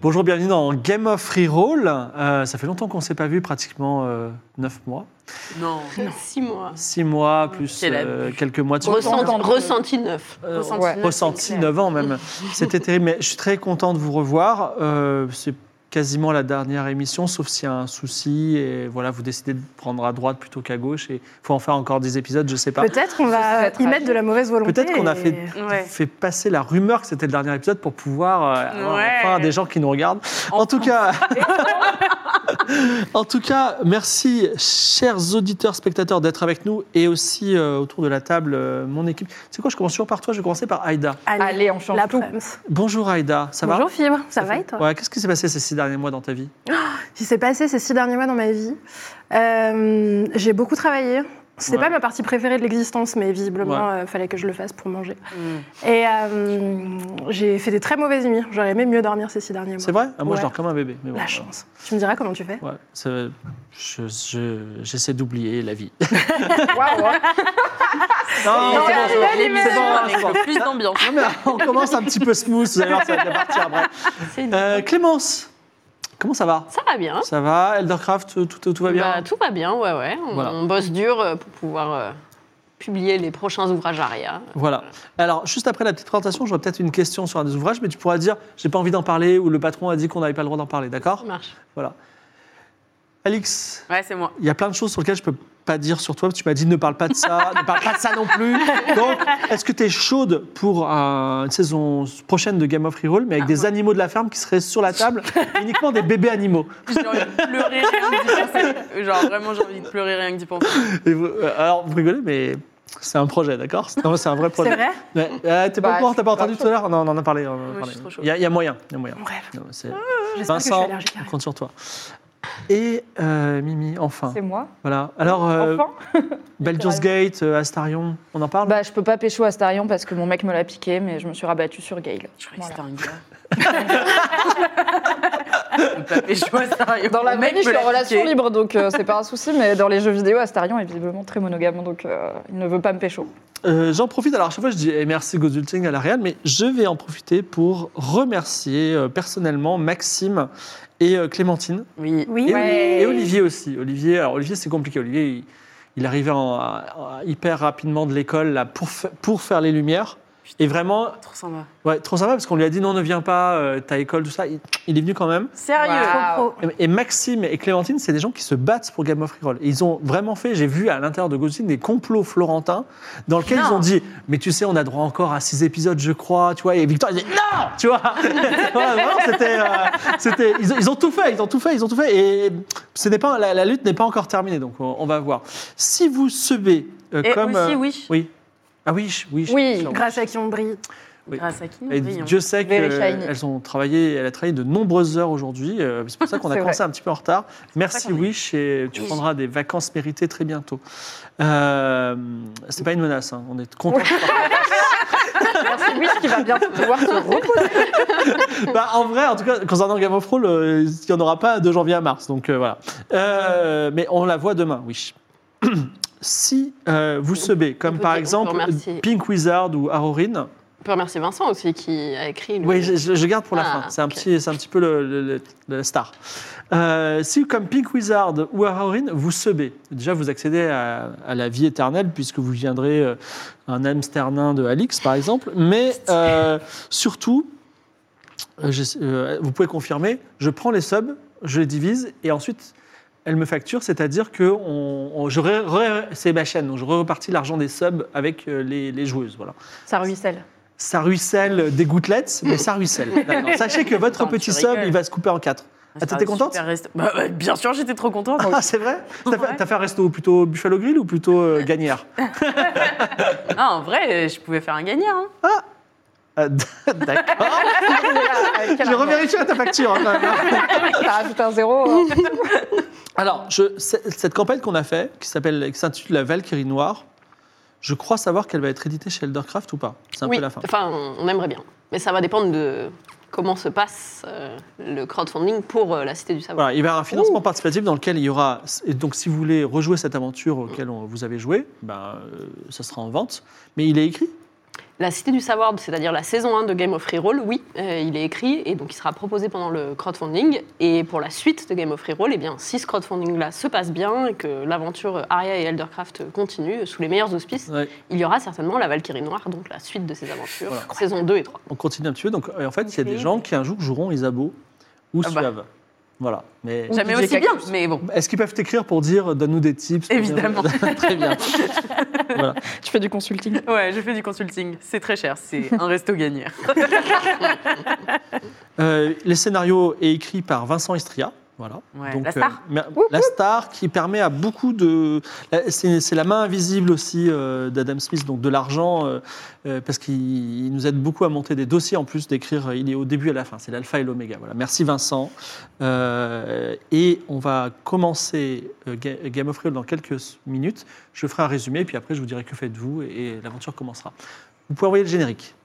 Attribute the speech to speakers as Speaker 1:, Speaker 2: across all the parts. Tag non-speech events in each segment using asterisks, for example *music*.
Speaker 1: Bonjour, bienvenue dans Game of Reroll. Euh, ça fait longtemps qu'on ne s'est pas vu, pratiquement 9 mois.
Speaker 2: Non.
Speaker 3: Six mois.
Speaker 1: 6 mois, plus
Speaker 2: C'est la
Speaker 1: euh, quelques mois de
Speaker 2: Ressenti,
Speaker 3: Ressenti-
Speaker 2: ressenti neuf.
Speaker 1: Euh,
Speaker 3: Ressenti
Speaker 1: ouais.
Speaker 3: neuf,
Speaker 1: ressenti
Speaker 3: c'est clair.
Speaker 1: 9 ans
Speaker 2: *laughs*
Speaker 1: même. C'était terrible, mais je suis très content de vous revoir. Euh, c'est quasiment la dernière émission, sauf s'il y a un souci et voilà, vous décidez de prendre à droite plutôt qu'à gauche et faut en faire encore des épisodes, je sais pas.
Speaker 4: Peut-être qu'on va y mettre de la mauvaise volonté.
Speaker 1: Peut-être qu'on a
Speaker 4: et-
Speaker 1: fait,
Speaker 3: Ouais.
Speaker 1: fait passer la rumeur que c'était le dernier épisode pour pouvoir euh, avoir
Speaker 3: Ouais.
Speaker 1: enfin des gens qui nous regardent. En tout cas, *laughs* en tout cas, merci chers auditeurs, spectateurs d'être avec nous et aussi euh, autour de la table euh, mon équipe. C'est quoi Je commence toujours par toi. Je vais commencer par Aïda.
Speaker 4: Allez,
Speaker 3: Allez,
Speaker 4: on change
Speaker 3: la
Speaker 4: tout.
Speaker 3: preuve.
Speaker 1: Bonjour Aïda, ça va
Speaker 4: Bonjour Fibre, ça va et toi
Speaker 1: Ouais, qu'est-ce qui s'est passé ces six derniers mois dans ta vie
Speaker 4: Ce qui s'est passé ces six derniers mois dans ma vie, euh, j'ai beaucoup travaillé. C'était
Speaker 1: Ouais.
Speaker 4: pas ma partie préférée de l'existence, mais visiblement, il fallait que je le fasse pour manger.
Speaker 1: Hmm.
Speaker 4: Et euh, j'ai fait des très mauvaises nuits. J'aurais aimé mieux dormir ces six derniers mois.
Speaker 1: C'est vrai Ah, Moi, je
Speaker 4: Ouais.
Speaker 1: dors comme un bébé. Mais bon,
Speaker 4: La chance. Tu me diras comment tu fais
Speaker 1: Ouais, ça- je- je- j'essaie d'oublier la
Speaker 2: *laughs*
Speaker 1: vie. Non,
Speaker 2: hein. Non,
Speaker 1: c'est
Speaker 2: la
Speaker 1: bon, c'est bon,
Speaker 2: belle
Speaker 1: c'est bon,
Speaker 2: émission
Speaker 1: c'est bon.
Speaker 2: avec le plus d'ambiance.
Speaker 1: Non, mais on commence un petit peu smooth, vous allez voir, ça va bien partir après.
Speaker 2: C'est une-
Speaker 1: Euh, Clémence, comment ça va
Speaker 2: Ça va bien.
Speaker 1: Ça va Eldercraft, tout, tout, tout va bien
Speaker 2: Bah, tout va bien, ouais, ouais. On,
Speaker 1: Voilà.
Speaker 2: on bosse dur euh, pour pouvoir euh, publier les prochains ouvrages Aria.
Speaker 1: Voilà. Alors, juste après la petite présentation, j'aurai peut-être une question sur un des ouvrages, mais tu pourras dire j'ai pas envie d'en parler ou le patron a dit qu'on n'avait pas le droit d'en parler, d'accord
Speaker 2: Ça marche.
Speaker 1: Voilà. Alix,
Speaker 3: Ouais, c'est moi.
Speaker 1: il y a plein de choses sur lesquelles je peux pas dire sur toi, parce que tu m'as dit ne parle pas de ça, ne parle pas de ça non plus. Donc, est-ce que tu es chaude pour euh, une saison prochaine de Game of Reroll, mais avec des animaux de la ferme qui seraient sur la table, uniquement des bébés animaux
Speaker 3: J'ai envie de pleurer rien que d'y penser. Genre, vraiment, j'ai envie de pleurer rien que d'y penser.
Speaker 1: Et vous- euh, Alors, vous rigolez, mais c'est un projet, d'accord Non, c'est un vrai
Speaker 4: C'est
Speaker 1: projet.
Speaker 4: vrai
Speaker 1: Ouais. Euh, T'es pas
Speaker 5: Bah,
Speaker 1: au courant, t'as pas
Speaker 5: je suis
Speaker 1: entendu tout à l'heure Non, on en a parlé. on en a
Speaker 3: Moi, je
Speaker 1: parlé.
Speaker 3: suis trop chaude.
Speaker 1: Il y, a- il y a moyen. il y a moyen.
Speaker 4: Mon rêve.
Speaker 1: Non, mais c'est-
Speaker 4: Ah, J'espère que je suis
Speaker 1: Vincent,
Speaker 4: allergique à
Speaker 1: on
Speaker 4: rien.
Speaker 1: compte sur toi. Et euh, Mimi, enfin.
Speaker 5: C'est moi.
Speaker 1: Voilà. Alors, euh,
Speaker 5: Enfin.
Speaker 1: Baldur's Gate, euh, Astarion, on en parle
Speaker 5: Bah, je peux pas pécho Astarion parce que mon mec me l'a piqué, mais je me suis rabattue sur Gale.
Speaker 3: Je croyais
Speaker 5: Voilà.
Speaker 3: que c'était
Speaker 2: *laughs*
Speaker 3: un gars. Mais je vois sérieux.
Speaker 5: Dans la
Speaker 3: Mon
Speaker 5: vraie vie, je
Speaker 3: me
Speaker 5: suis en
Speaker 3: l'a
Speaker 5: relation
Speaker 3: piqué.
Speaker 5: libre, donc euh, c'est pas un souci, mais dans les jeux vidéo, Astarion est visiblement très monogame, donc euh, il ne veut pas me pécho.
Speaker 1: Euh, J'en profite, alors à chaque fois je dis eh, merci Godulting à la Real, mais je vais en profiter pour remercier euh, personnellement Maxime et euh, Clémentine
Speaker 3: Oui.
Speaker 4: Oui,
Speaker 1: Et, et Olivier aussi. Olivier, alors Olivier, c'est compliqué. Olivier, il, il arrivait en- en- hyper rapidement de l'école là, pour, fa- pour faire les lumières. Et vraiment,
Speaker 3: Trop sympa.
Speaker 1: ouais, trop sympa parce qu'on lui a dit non, ne viens pas, euh, ta école, tout ça. Il, il est venu quand même.
Speaker 3: Sérieux
Speaker 5: Waouh.
Speaker 1: Et, et Maxime et Clémentine, c'est des gens qui se battent pour Game of Thrones. Et ils ont vraiment fait, j'ai vu à l'intérieur de Ghosting des complots florentins dans lesquels ils ont dit Mais tu sais, on a droit encore à six épisodes, je crois. Tu vois, et Victor, il dit Non Tu vois *laughs* Voilà, vraiment, c'était, euh, c'était- ils, ont- ils ont tout fait, ils ont tout fait, ils ont tout fait. Et ce n'est pas, la, la lutte n'est pas encore terminée, donc on, on va voir. Si vous sevez euh,
Speaker 2: Bah,
Speaker 3: Et
Speaker 1: comme.
Speaker 3: aussi,
Speaker 1: euh,
Speaker 3: oui.
Speaker 1: oui. Ah oui, je- oui. je-
Speaker 5: Oui.
Speaker 1: sûrement.
Speaker 4: Grâce à qui on brille.
Speaker 1: oui.
Speaker 3: Grâce à qui nous
Speaker 1: Et
Speaker 3: brillons.
Speaker 1: Dieu sait
Speaker 5: Mmh. Very shiny.
Speaker 1: qu'elles ont travaillé, elle a travaillé de nombreuses heures aujourd'hui. euh, C'est
Speaker 5: *laughs*
Speaker 1: pour ça qu'on a
Speaker 5: C'est
Speaker 1: commencé un petit peu en retard. Merci
Speaker 3: qu'on est-
Speaker 1: Wish et tu
Speaker 3: Oui.
Speaker 1: prendras des vacances méritées très bientôt. Euh, c'est pas une menace, hein, on est content.
Speaker 5: *laughs* Merci Louis qui va bientôt pouvoir se
Speaker 1: *laughs*
Speaker 5: reposer.
Speaker 1: bah, en vrai, en tout cas, concernant Game of Thrones, euh, il n'y en aura pas de janvier à mars. Donc euh, voilà. Euh, mais on la voit demain, Wish. *clears throat* si euh, vous sebez,
Speaker 2: on
Speaker 1: comme
Speaker 2: peut
Speaker 1: par
Speaker 2: dire- on peut
Speaker 1: exemple
Speaker 2: remercier.
Speaker 1: Pink Wizard ou Arorin,
Speaker 2: On peut remercier Vincent aussi qui a écrit. le-
Speaker 1: Oui, je, je- je garde pour la
Speaker 2: Ah,
Speaker 1: fin. C'est un,
Speaker 2: ok.
Speaker 1: petit, c'est un petit peu le, le- le- la star. Euh, si, comme Pink Wizard ou Arorin, vous sebez, déjà vous accédez à, à la vie éternelle, puisque vous viendrez euh, un Amsternin de Alix, par exemple. Mais euh, surtout, euh, je- euh, vous pouvez confirmer, je prends les subs, je les divise, et ensuite. Elle me facture, c'est-à-dire que on, on- je ré- ré- c'est ma chaîne, donc je repartis l'argent des subs avec euh, les, les joueuses. Voilà
Speaker 5: Ça ruisselle.
Speaker 1: ça ruisselle des gouttelettes, mais ça ruisselle. D'accord. Sachez que votre
Speaker 3: Attends,
Speaker 1: petit
Speaker 3: tu
Speaker 1: sub,
Speaker 3: rigoles.
Speaker 1: il va se couper en quatre. Ah, t'étais contente
Speaker 3: super resto. Bah, ouais, Bien sûr, j'étais trop contente.
Speaker 1: Ah, c'est vrai T'as fait,
Speaker 3: Oh. Ouais.
Speaker 1: t'as fait un resto plutôt Buffalo Grill ou plutôt euh, Gagnère
Speaker 3: Ah, en vrai, je pouvais faire un gagnant. hein.
Speaker 1: Ah, d- *laughs* D'accord. J'ai revérifié ta facture. hein, quand même.
Speaker 5: T'as rajouté un zéro. hein.
Speaker 1: Alors, je- c'est- cette campagne qu'on a fait, qui s'appelle, qui s'intitule La Valkyrie Noire, je crois savoir qu'elle va être éditée chez Eldercraft ou pas. C'est un
Speaker 2: oui,
Speaker 1: peu la fin.
Speaker 2: enfin, on aimerait bien. Mais ça va dépendre de comment se passe euh, le crowdfunding pour euh, la Cité du Savoir.
Speaker 1: Voilà, il va y avoir un financement participatif dans lequel il y aura. Et donc, si vous voulez rejouer cette aventure auquel on- vous avez joué, ben, euh, ça sera en vente. Mais il est écrit.
Speaker 2: La Cité du Savoir, c'est-à-dire la saison 1 de Game of Reroll, oui, euh, il est écrit et donc il sera proposé pendant le crowdfunding. Et pour la suite de Game of Reroll, eh bien, si ce crowdfunding-là se passe bien et que l'aventure Aria et Eldercraft continue euh, sous les meilleurs auspices,
Speaker 1: Ouais.
Speaker 2: il y aura certainement la Valkyrie Noire, donc la suite de ces aventures,
Speaker 1: Voilà.
Speaker 2: saison 2 et 3.
Speaker 1: On continue un petit peu. Donc, euh, en fait, il y a des gens qui un jour joueront Isabeau ou
Speaker 3: Ah bah.
Speaker 1: Suave. Voilà. Mais
Speaker 3: Jamais
Speaker 5: DJ
Speaker 3: aussi bien,
Speaker 5: Cactus.
Speaker 3: mais bon.
Speaker 1: est-ce qu'ils peuvent t'écrire pour dire donne-nous des tips *laughs*
Speaker 3: Évidemment.
Speaker 1: Très bien.
Speaker 5: Tu fais du consulting.
Speaker 3: Ouais, j'ai fait du consulting. C'est très cher. C'est un resto gagnant.
Speaker 1: Euh, les scénarios est écrit par Vincent Estria. Voilà.
Speaker 3: Ouais, la star.
Speaker 1: euh, mer- la star qui permet à beaucoup de. la- C'est c'est la main invisible aussi euh, d'Adam Smith, donc de l'argent, euh, euh, parce qu'il il nous aide beaucoup à monter des dossiers en plus d'écrire. euh, Il est au début et à la fin, c'est l'alpha et l'oméga. Voilà. Merci Vincent. Euh, et on va commencer euh, Ga- Game of Thrones dans quelques minutes. Je ferai un résumé, puis après je vous dirai que faites-vous et, et l'aventure commencera. Vous pouvez envoyer le générique.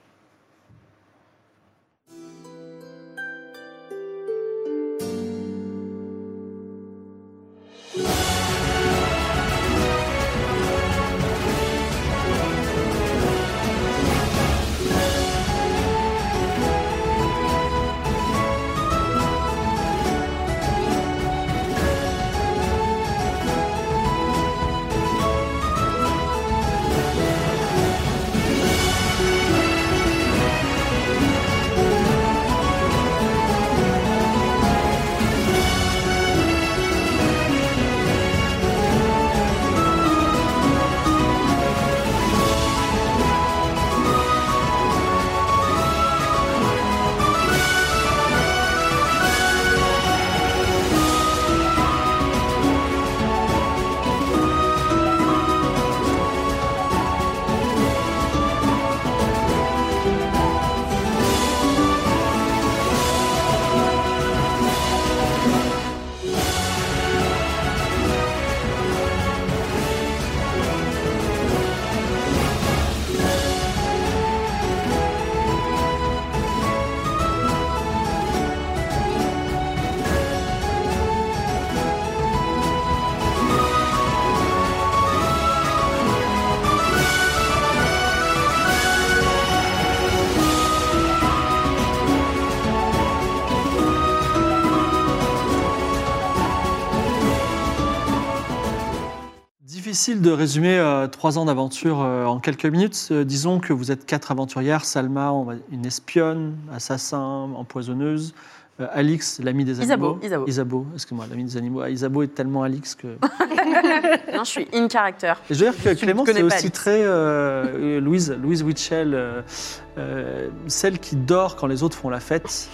Speaker 1: Difficile de résumer euh, trois ans d'aventure euh, en quelques minutes. Euh, disons que vous êtes quatre aventurières. Salma, on va- une espionne, assassin, empoisonneuse. Euh, Alix, l'ami des animaux.
Speaker 3: Isabeau, Isabeau.
Speaker 1: excuse-moi, l'ami des animaux. Ah, Isabeau est tellement Alix
Speaker 3: *laughs*
Speaker 1: que...
Speaker 3: Non, je suis in character.
Speaker 1: Et je veux dire que
Speaker 3: Je ne
Speaker 1: Clémence
Speaker 3: connais
Speaker 1: c'est
Speaker 3: pas
Speaker 1: aussi
Speaker 3: Alix.
Speaker 1: très euh, euh, Louise, Louise Witchell, euh, euh, celle qui dort quand les autres font la
Speaker 3: *laughs*
Speaker 1: fête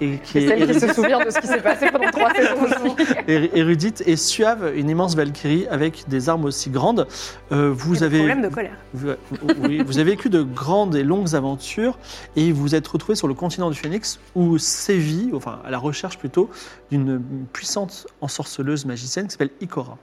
Speaker 1: et qui
Speaker 5: Et
Speaker 1: est
Speaker 5: celle qui
Speaker 1: érudite,
Speaker 5: se souvient de ce qui s'est passé pendant trois saisons aussi.
Speaker 1: ér- érudite et suave, une immense Valkyrie avec des armes aussi grandes. Euh, vous
Speaker 4: Des
Speaker 1: avez
Speaker 4: problèmes de colère.
Speaker 1: Vous, oui, vous avez vécu de grandes et longues aventures et vous êtes retrouvé sur le continent du Phénix où sévit, enfin à la recherche plutôt, d'une puissante ensorceleuse magicienne qui s'appelle Ikora.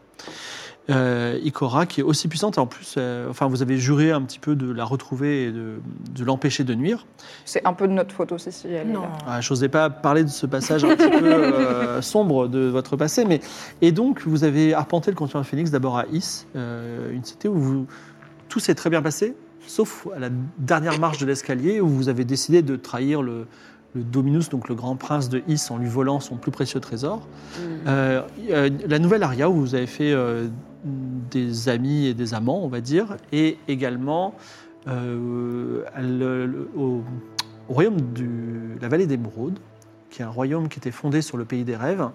Speaker 1: Euh, Ikora qui est aussi puissante et en plus, euh, enfin vous avez juré un petit peu de la retrouver et de, de l'empêcher de nuire.
Speaker 5: C'est un peu de notre faute aussi. si elle est là.
Speaker 1: Ah, Je n'osais pas parler de ce passage un petit peu euh, sombre de votre passé, mais et donc vous avez arpenté le continent du Phoenix d'abord à Is, euh, une cité où vous- tout s'est très bien passé, sauf à la dernière marche de l'escalier où vous avez décidé de trahir le, le Dominus, donc le grand prince de Is, en lui volant son plus précieux trésor. Euh, euh, la nouvelle aria où vous avez fait euh, des amis et des amants, on va dire, et également euh, le- le- au, au royaume de la vallée d'Émeraude, qui est un royaume qui était fondé sur le pays des rêves,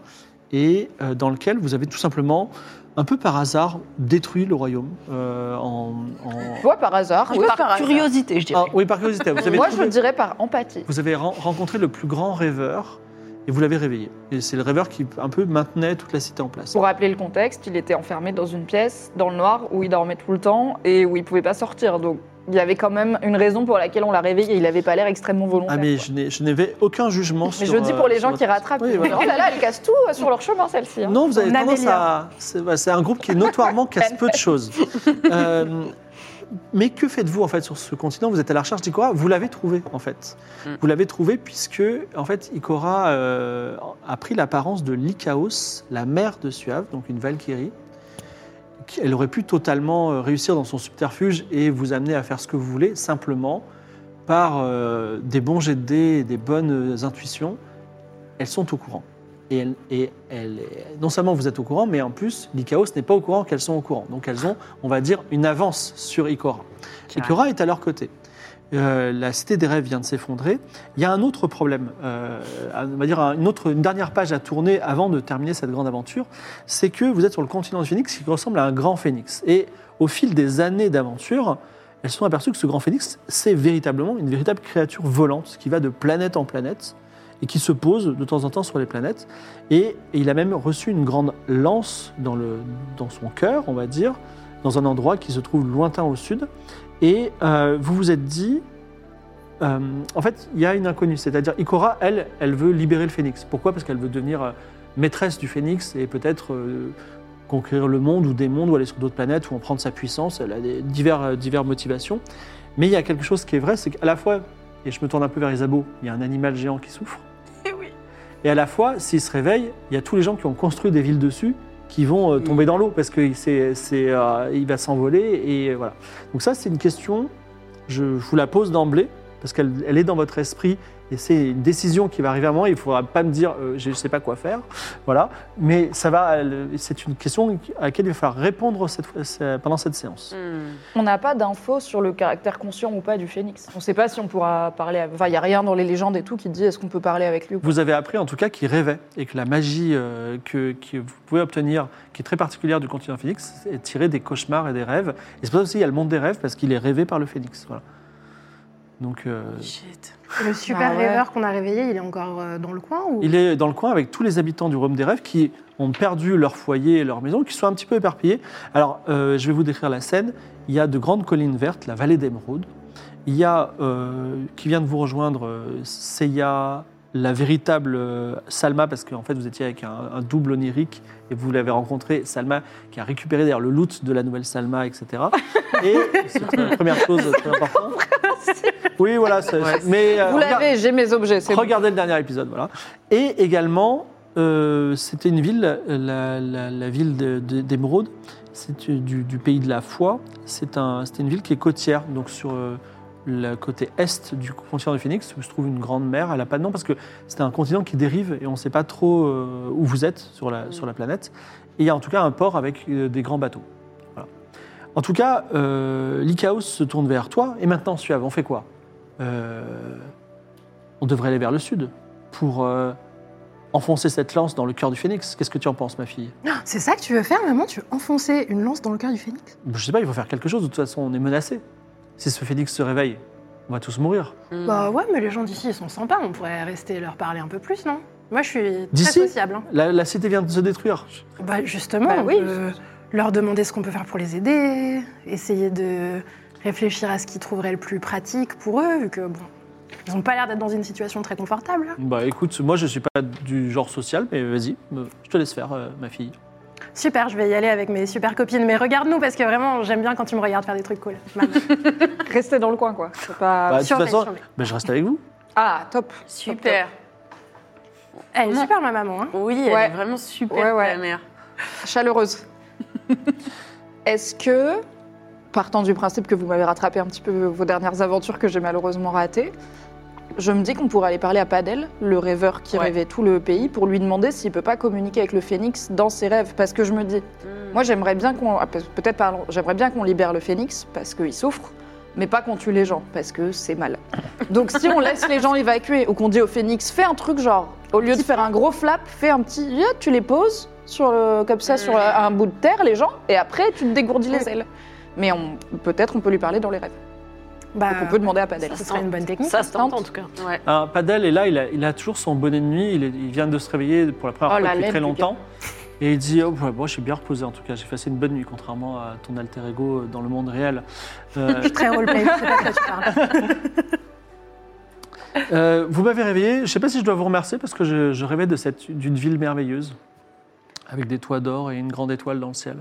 Speaker 1: et euh, dans lequel vous avez tout simplement, un peu par hasard, détruit le royaume. euh, en, en-
Speaker 5: Toi, par hasard.
Speaker 3: Oui,
Speaker 2: par,
Speaker 3: par hasard.
Speaker 2: curiosité, je dirais.
Speaker 1: Oh. Ah, oui, par curiosité, vous avez
Speaker 5: Moi, je
Speaker 1: trouvé-
Speaker 5: dirais par empathie.
Speaker 1: vous avez ren- rencontré le plus grand rêveur et vous l'avez réveillé. Et c'est le rêveur qui un peu maintenait toute la cité en place.
Speaker 5: Pour rappeler le contexte, il était enfermé dans une pièce, dans le noir, où il dormait tout le temps et où il pouvait pas sortir. Donc il y avait quand même une raison pour laquelle on l'a réveillé. Il n'avait pas l'air extrêmement volontaire.
Speaker 1: Ah mais
Speaker 5: quoi.
Speaker 1: je n'ai- je n'avais aucun jugement
Speaker 5: Mais
Speaker 1: sur...
Speaker 5: je dis pour
Speaker 1: euh,
Speaker 5: les
Speaker 1: sur
Speaker 5: gens qui
Speaker 1: votre-
Speaker 5: rattrapent,
Speaker 1: Oui,
Speaker 5: ils disent,
Speaker 1: voilà.
Speaker 5: oh là là, elle casse tout euh, sur leur chemin celle-ci. hein.
Speaker 1: Non, vous avez
Speaker 4: On
Speaker 1: tendance
Speaker 4: améliore.
Speaker 1: à... C'est voilà, c'est un groupe qui est
Speaker 4: *laughs*
Speaker 1: notoirement casse peu de choses. Euh, mais que faites-vous en fait sur ce continent Vous êtes à la recherche d'Ikora Vous l'avez trouvé en fait.
Speaker 3: Mm.
Speaker 1: Vous l'avez trouvé puisque en fait Ikora euh, a pris l'apparence de Lycaos, la mère de Suave, donc une Valkyrie. Qui- Elle aurait pu totalement euh, réussir dans son subterfuge et vous amener à faire ce que vous voulez, simplement par euh, des bons jets de dés et des bonnes euh, intuitions, elles sont au courant. Et, elles- et elles- non seulement vous êtes au courant, mais en plus, l'Icaos n'est pas au courant qu'elles sont au courant. Donc elles ont, on va dire, une avance sur Ikora. Ikora est à leur côté. Euh, la cité des rêves vient de s'effondrer. Il y a un autre problème, euh, on va dire un- une, autre, une dernière page à tourner avant de terminer cette grande aventure, c'est que vous êtes sur le continent du phénix qui ressemble à un grand phénix. Et au fil des années d'aventure, elles se sont aperçues que ce grand phénix, c'est véritablement une véritable créature volante qui va de planète en planète et qui se pose de temps en temps sur les planètes. Et, et il a même reçu une grande lance dans, le, dans son cœur, on va dire, dans un endroit qui se trouve lointain au sud. Et euh, vous vous êtes dit, euh, en fait, il y a une inconnue, c'est-à-dire Ikora, elle, elle veut libérer le phénix. Pourquoi Parce qu'elle veut devenir euh, maîtresse du phénix et peut-être euh, conquérir le monde ou des mondes ou aller sur d'autres planètes ou en prendre sa puissance. Elle a des divers, euh, divers motivations. Mais il y a quelque chose qui est vrai, c'est qu'à la fois, et je me tourne un peu vers Isabeau, il y a un animal géant qui souffre.
Speaker 3: Eh oui.
Speaker 1: Et à la fois, s'il se réveille, il y a tous les gens qui ont construit des villes dessus qui vont euh, tomber dans l'eau parce qu'il euh, il va s'envoler et euh, voilà. Donc ça, c'est une question, je, je vous la pose d'emblée parce qu'elle elle est dans votre esprit et c'est une décision qui va arriver à moi. Il ne faudra pas me dire euh, je ne sais pas quoi faire, voilà. Mais ça va, elle- c'est une question à laquelle il va falloir répondre cette fois- ce- pendant cette séance.
Speaker 3: Hmm.
Speaker 5: On n'a pas d'infos sur le caractère conscient ou pas du phénix. On ne sait pas si on pourra parler. à- Enfin, il n'y a rien dans les légendes et tout qui dit est-ce qu'on peut parler avec lui ou pas.
Speaker 1: Vous avez appris en tout cas qu'il rêvait et que la magie euh, que, que vous pouvez obtenir, qui est très particulière du continent phénix, est tirée des cauchemars et des rêves. Et c'est pour ça aussi qu'il y a le monde des rêves parce qu'il est rêvé par le phénix. Voilà. Donc euh,
Speaker 3: Shit.
Speaker 4: Le super
Speaker 5: Ah ouais.
Speaker 4: rêveur qu'on a réveillé, il est encore euh, dans le coin ou...
Speaker 1: il est dans le coin avec tous les habitants du Rome des rêves qui ont perdu leur foyer et leur maison, qui sont un petit peu éparpillés. Alors euh, je vais vous décrire la scène. Il y a de grandes collines vertes, la vallée d'émeraude. Il y a euh, qui vient de vous rejoindre euh, Seiya, la véritable euh, Salma, parce qu'en fait vous étiez avec un, un double onirique et vous l'avez rencontré, Salma, qui a récupéré d'ailleurs le loot de la nouvelle Salma, etc. Et c'est la première chose très importante. Oui, voilà. c'est-
Speaker 3: Ouais.
Speaker 1: Mais euh,
Speaker 5: Vous
Speaker 1: regarde-
Speaker 5: l'avez, j'ai mes objets. c'est bon.
Speaker 1: Regardez le dernier épisode, voilà. Et également, euh, c'était une ville, euh, la, la- la ville de- de- d'Émeraude, c'est euh, du, du pays de la foi. C'est un- C'était une ville qui est côtière, donc sur euh, le côté est du continent du Phoenix, où se trouve une grande mer. Elle n'a pas de nom parce que c'est un continent qui dérive et on ne sait pas trop euh, où vous êtes sur la, sur la planète. Et il y a en tout cas un port avec euh, des grands bateaux. Voilà. En tout cas, euh, l'Icaos se tourne vers toi. Et maintenant, Suave, on fait quoi Euh, on devrait aller vers le sud pour euh, enfoncer cette lance dans le cœur du phénix. Qu'est-ce que tu en penses, ma fille
Speaker 5: Ah.
Speaker 4: C'est ça que tu veux faire, maman Tu veux enfoncer une lance dans le cœur du phénix
Speaker 1: Je sais pas, il faut faire quelque chose. De toute façon, on est menacé. Si ce phénix se réveille, on va tous mourir.
Speaker 5: Mm.
Speaker 3: Hmm.
Speaker 4: Bah ouais, mais les gens d'ici, ils sont sympas. On pourrait rester leur parler un peu plus, non Moi, je suis très
Speaker 1: D'ici
Speaker 4: sociable. hein.
Speaker 1: La, la cité vient de se détruire.
Speaker 4: Bah justement,
Speaker 5: Bah
Speaker 4: on
Speaker 5: oui.
Speaker 4: peut leur demander ce qu'on peut faire pour les aider, essayer de réfléchir à ce qu'ils trouveraient le plus pratique pour eux, vu que bon, ils n'ont pas l'air d'être dans une situation très confortable. hein. là.
Speaker 1: Bah écoute, moi je suis pas du genre social, mais vas-y, me- je te laisse faire, euh, ma fille.
Speaker 4: Super, je vais y aller avec mes super copines, mais regarde-nous parce que vraiment, j'aime bien quand tu me regardes faire des trucs cool.
Speaker 5: *laughs*
Speaker 4: Maman.
Speaker 5: Restez dans le coin, quoi. C'est pas-
Speaker 1: Bah, de toute
Speaker 4: surveille,
Speaker 1: façon,
Speaker 4: surveille.
Speaker 1: bah, je reste avec vous.
Speaker 5: Ah, top.
Speaker 3: Super.
Speaker 4: Elle est super, ma maman. hein.
Speaker 3: Oui, elle
Speaker 5: Ouais.
Speaker 3: est vraiment super,
Speaker 5: Ouais, ouais.
Speaker 3: ta mère.
Speaker 5: Chaleureuse. Est-ce que, partant du principe que vous m'avez rattrapé un petit peu vos dernières aventures que j'ai malheureusement ratées, je me dis qu'on pourrait aller parler à Padel, le rêveur qui
Speaker 3: Ouais.
Speaker 5: rêvait tout le pays, pour lui demander s'il peut pas communiquer avec le phénix dans ses rêves. Parce que je me dis,
Speaker 3: Hmm.
Speaker 5: moi j'aimerais bien qu'on, ah, peut- peut-être parlons- j'aimerais bien qu'on libère le phénix parce qu'il souffre, mais pas qu'on tue les gens parce que c'est *laughs* mal. Donc si on laisse les gens évacuer ou qu'on dit au phénix fais un truc genre au lieu de faire un gros flap, fais un petit yeah, tu les poses sur le- comme ça sur la- un bout Mm. de terre les gens et après tu te dégourdis les ailes. Mais on- peut-être on peut lui parler dans les rêves.
Speaker 4: Bah,
Speaker 5: Donc on peut demander à Padel.
Speaker 2: Ça
Speaker 4: ce
Speaker 2: se
Speaker 4: serait
Speaker 2: tente.
Speaker 4: une bonne technique.
Speaker 2: Ça se tente en tout cas.
Speaker 1: Alors, Ah, Padel est là, il a, il a toujours son bonnet de nuit, il, est- il vient de se réveiller pour la première
Speaker 5: Oh, la
Speaker 1: fois depuis
Speaker 5: laine
Speaker 1: très
Speaker 5: du
Speaker 1: longtemps. Et il dit oh, ouais, Bon, je suis bien reposé en tout cas, j'ai passé une bonne nuit, contrairement à ton alter ego euh, dans le monde réel. Euh,
Speaker 4: Je suis très roleplay, je sais pas de quoi tu parles.
Speaker 1: euh, vous m'avez réveillé, je ne sais pas si je dois vous remercier parce que je, je rêvais de cette- d'une ville merveilleuse, avec des toits d'or et une grande étoile dans le ciel.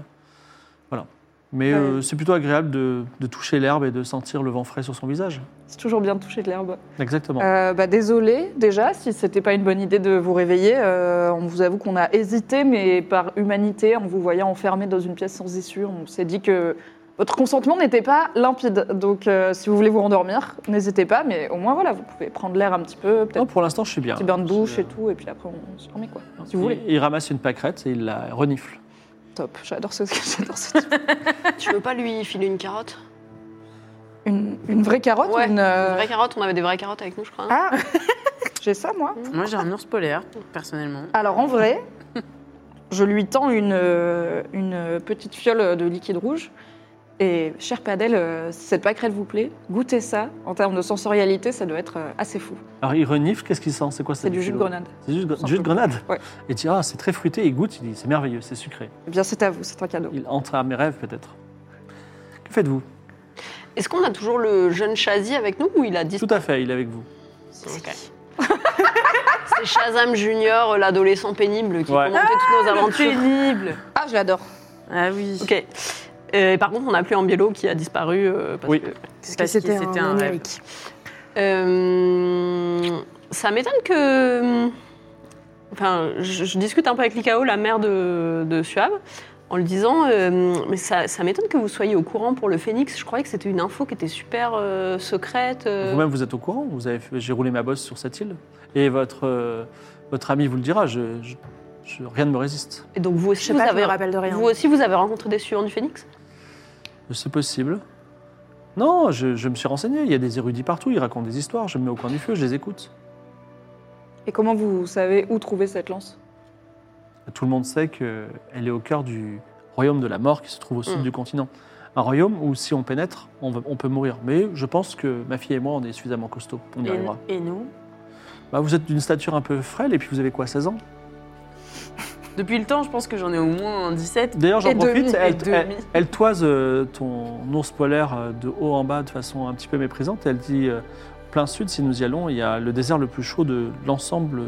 Speaker 1: Voilà. Mais euh, c'est plutôt agréable de, de toucher l'herbe et de sentir le vent frais sur son visage.
Speaker 5: C'est toujours bien de toucher de l'herbe.
Speaker 1: Exactement.
Speaker 5: Euh, bah, désolé, déjà, si c'était pas une bonne idée de vous réveiller, euh, on vous avoue qu'on a hésité, mais par humanité, en vous voyant enfermé dans une pièce sans issue, on s'est dit que votre consentement n'était pas limpide. Donc, euh, si vous voulez vous rendormir, n'hésitez pas, mais au moins, voilà, vous pouvez prendre l'air un petit peu, peut-être
Speaker 1: Non, pour l'instant, je suis bien.
Speaker 5: un petit bain de douche
Speaker 1: Je-
Speaker 5: et tout, et puis après, on se remet, quoi. Si vous
Speaker 1: il,
Speaker 5: voulez.
Speaker 1: il ramasse une pâquerette et il la renifle.
Speaker 5: Top, j'adore ce, *laughs* j'adore ce type.
Speaker 2: Tu veux pas lui filer une carotte
Speaker 5: Une, une vraie carotte ou
Speaker 2: Ouais,
Speaker 5: une.
Speaker 2: Une
Speaker 5: euh,
Speaker 2: vraie carotte On avait des vraies carottes avec nous, je crois. hein.
Speaker 5: Ah *laughs* J'ai ça, moi
Speaker 3: Moi, j'ai un ours polaire, personnellement.
Speaker 5: Alors en vrai, *laughs* je lui tends une, euh, une petite fiole de liquide rouge. Et cher Padel, euh, si cette pâquerette vous plaît, goûtez ça. En termes de sensorialité, ça doit être euh, assez fou.
Speaker 1: Alors il renifle, qu'est-ce qu'il sent C'est quoi ça
Speaker 5: C'est du jus de
Speaker 1: kilo
Speaker 5: grenade.
Speaker 1: C'est juste
Speaker 5: Tout
Speaker 1: jus de
Speaker 5: simplement.
Speaker 1: grenade
Speaker 5: Ouais.
Speaker 1: Et tu dis, ah, c'est très fruité, il goûte, il dit, c'est merveilleux, c'est sucré.
Speaker 5: Eh bien, c'est à vous, c'est un cadeau.
Speaker 1: Il entre à mes rêves peut-être. Que faites-vous
Speaker 2: Est-ce qu'on a toujours le jeune Chazi avec nous ou il a
Speaker 1: Tout
Speaker 2: disparu
Speaker 1: à fait, il est avec vous.
Speaker 2: Ok. *laughs* C'est Shazam Junior, l'adolescent pénible qui
Speaker 1: Ouais.
Speaker 2: commentait toutes nos
Speaker 4: Ah,
Speaker 2: aventures.
Speaker 3: Pénible
Speaker 5: Ah, je l'adore.
Speaker 3: Ah oui.
Speaker 2: Ok. Euh, par contre, on a plus Ambiello qui a disparu. euh, parce
Speaker 1: Oui.
Speaker 2: que-
Speaker 4: Parce que
Speaker 3: Parce
Speaker 4: c'était
Speaker 3: que c'était
Speaker 4: un
Speaker 3: un rêve.
Speaker 4: onirique.
Speaker 2: Euh, ça m'étonne que. euh, Enfin, je, je discute un peu avec Likao, la mère de, de Suave, en lui disant euh, Mais ça, ça m'étonne que vous soyez au courant pour le phénix. Je croyais que c'était une info qui était super euh, secrète. euh.
Speaker 1: Vous-même, vous êtes au courant vous avez fait- J'ai roulé ma bosse sur cette île. Et votre, euh, votre ami vous le dira, je, je- je- rien ne me résiste.
Speaker 2: Et donc, vous
Speaker 4: Je
Speaker 2: aussi,
Speaker 4: sais
Speaker 2: vous,
Speaker 4: pas, je
Speaker 2: avez,
Speaker 4: me rappelle de rien.
Speaker 2: vous aussi, vous avez rencontré des suivants du phénix
Speaker 1: C'est possible. Non, je, je me suis renseigné, il y a des érudits partout, ils racontent des histoires, je me mets au coin du feu, je les écoute.
Speaker 5: Et comment vous savez où trouver cette lance
Speaker 1: Tout le monde sait qu'elle est au cœur du royaume de la mort qui se trouve au sud
Speaker 2: Mm.
Speaker 1: du continent. Un royaume où si on pénètre, on, va- on peut mourir. Mais je pense que ma fille et moi, on est suffisamment costauds. On y
Speaker 3: Et,
Speaker 1: arrivera.
Speaker 3: et nous
Speaker 1: Bah, vous êtes d'une stature un peu frêle et puis vous avez quoi, 16 ans
Speaker 3: Depuis le temps, je pense que j'en ai au moins 17.
Speaker 1: D'ailleurs, j'en
Speaker 5: Et demi,
Speaker 1: profite.
Speaker 5: et
Speaker 1: elle,
Speaker 3: demi.
Speaker 1: elle- elle toise euh, ton ours polaire euh, de haut en bas de façon un petit peu méprisante et elle dit euh, plein sud, si nous y allons, il y a le désert le plus chaud de l'ensemble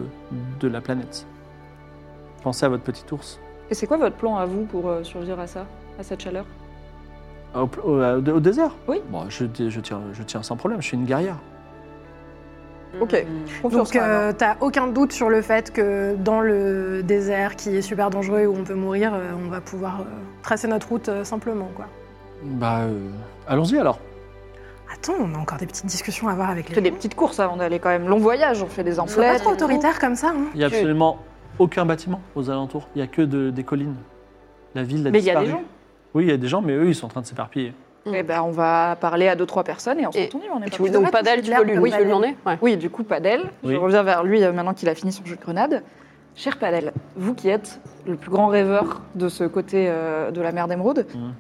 Speaker 1: de la planète. Pensez à votre petit ours.
Speaker 5: Et c'est quoi votre plan à vous pour euh, survivre à ça, à cette chaleur
Speaker 1: Au, au- euh, au désert
Speaker 5: Oui.
Speaker 1: Bon, je, je tiens, je tiens sans problème, je suis une guerrière.
Speaker 5: Ok.
Speaker 3: Hmm.
Speaker 5: Confiance,
Speaker 4: Donc,
Speaker 5: alors.
Speaker 4: euh, t'as aucun doute sur le fait que dans le désert qui est super dangereux et où on peut mourir, euh, on va pouvoir euh, tracer notre route euh, simplement, quoi.
Speaker 1: Bah, euh, allons-y alors.
Speaker 4: Attends, on a encore des petites discussions à avoir avec
Speaker 5: On
Speaker 4: les
Speaker 5: fait des
Speaker 4: gens.
Speaker 5: petites courses avant d'aller quand même. Long voyage, on fait des
Speaker 4: Sois pas
Speaker 5: emplettes.
Speaker 4: trop autoritaire comme ça, hein.
Speaker 1: Il n'y a
Speaker 2: Que-
Speaker 1: absolument aucun bâtiment aux alentours. Il n'y a que de- des collines. La ville a
Speaker 5: Mais il y a
Speaker 1: disparu.
Speaker 5: des gens.
Speaker 1: Oui, il y a des gens, mais eux, ils sont en train de s'éparpiller.
Speaker 2: Mm.
Speaker 5: Eh ben, on va parler à deux, trois personnes et ensuite
Speaker 2: Et-
Speaker 5: on y va. On est
Speaker 2: Et
Speaker 5: pas
Speaker 2: Ah, tu veux
Speaker 5: pressé.
Speaker 2: donc
Speaker 4: pas
Speaker 2: pas d'elle,
Speaker 4: toucher
Speaker 2: tu
Speaker 4: de l'herbe
Speaker 2: peux lui,
Speaker 4: comme
Speaker 2: lui
Speaker 4: Padel.
Speaker 2: demander Ouais.
Speaker 5: Oui, du coup, Padel.
Speaker 1: Oui.
Speaker 5: Je reviens vers lui euh, maintenant qu'il a fini son jeu de grenade. Cher Padel, vous qui êtes le plus grand rêveur de ce côté euh, de la mer d'Émeraude,
Speaker 1: Mhm.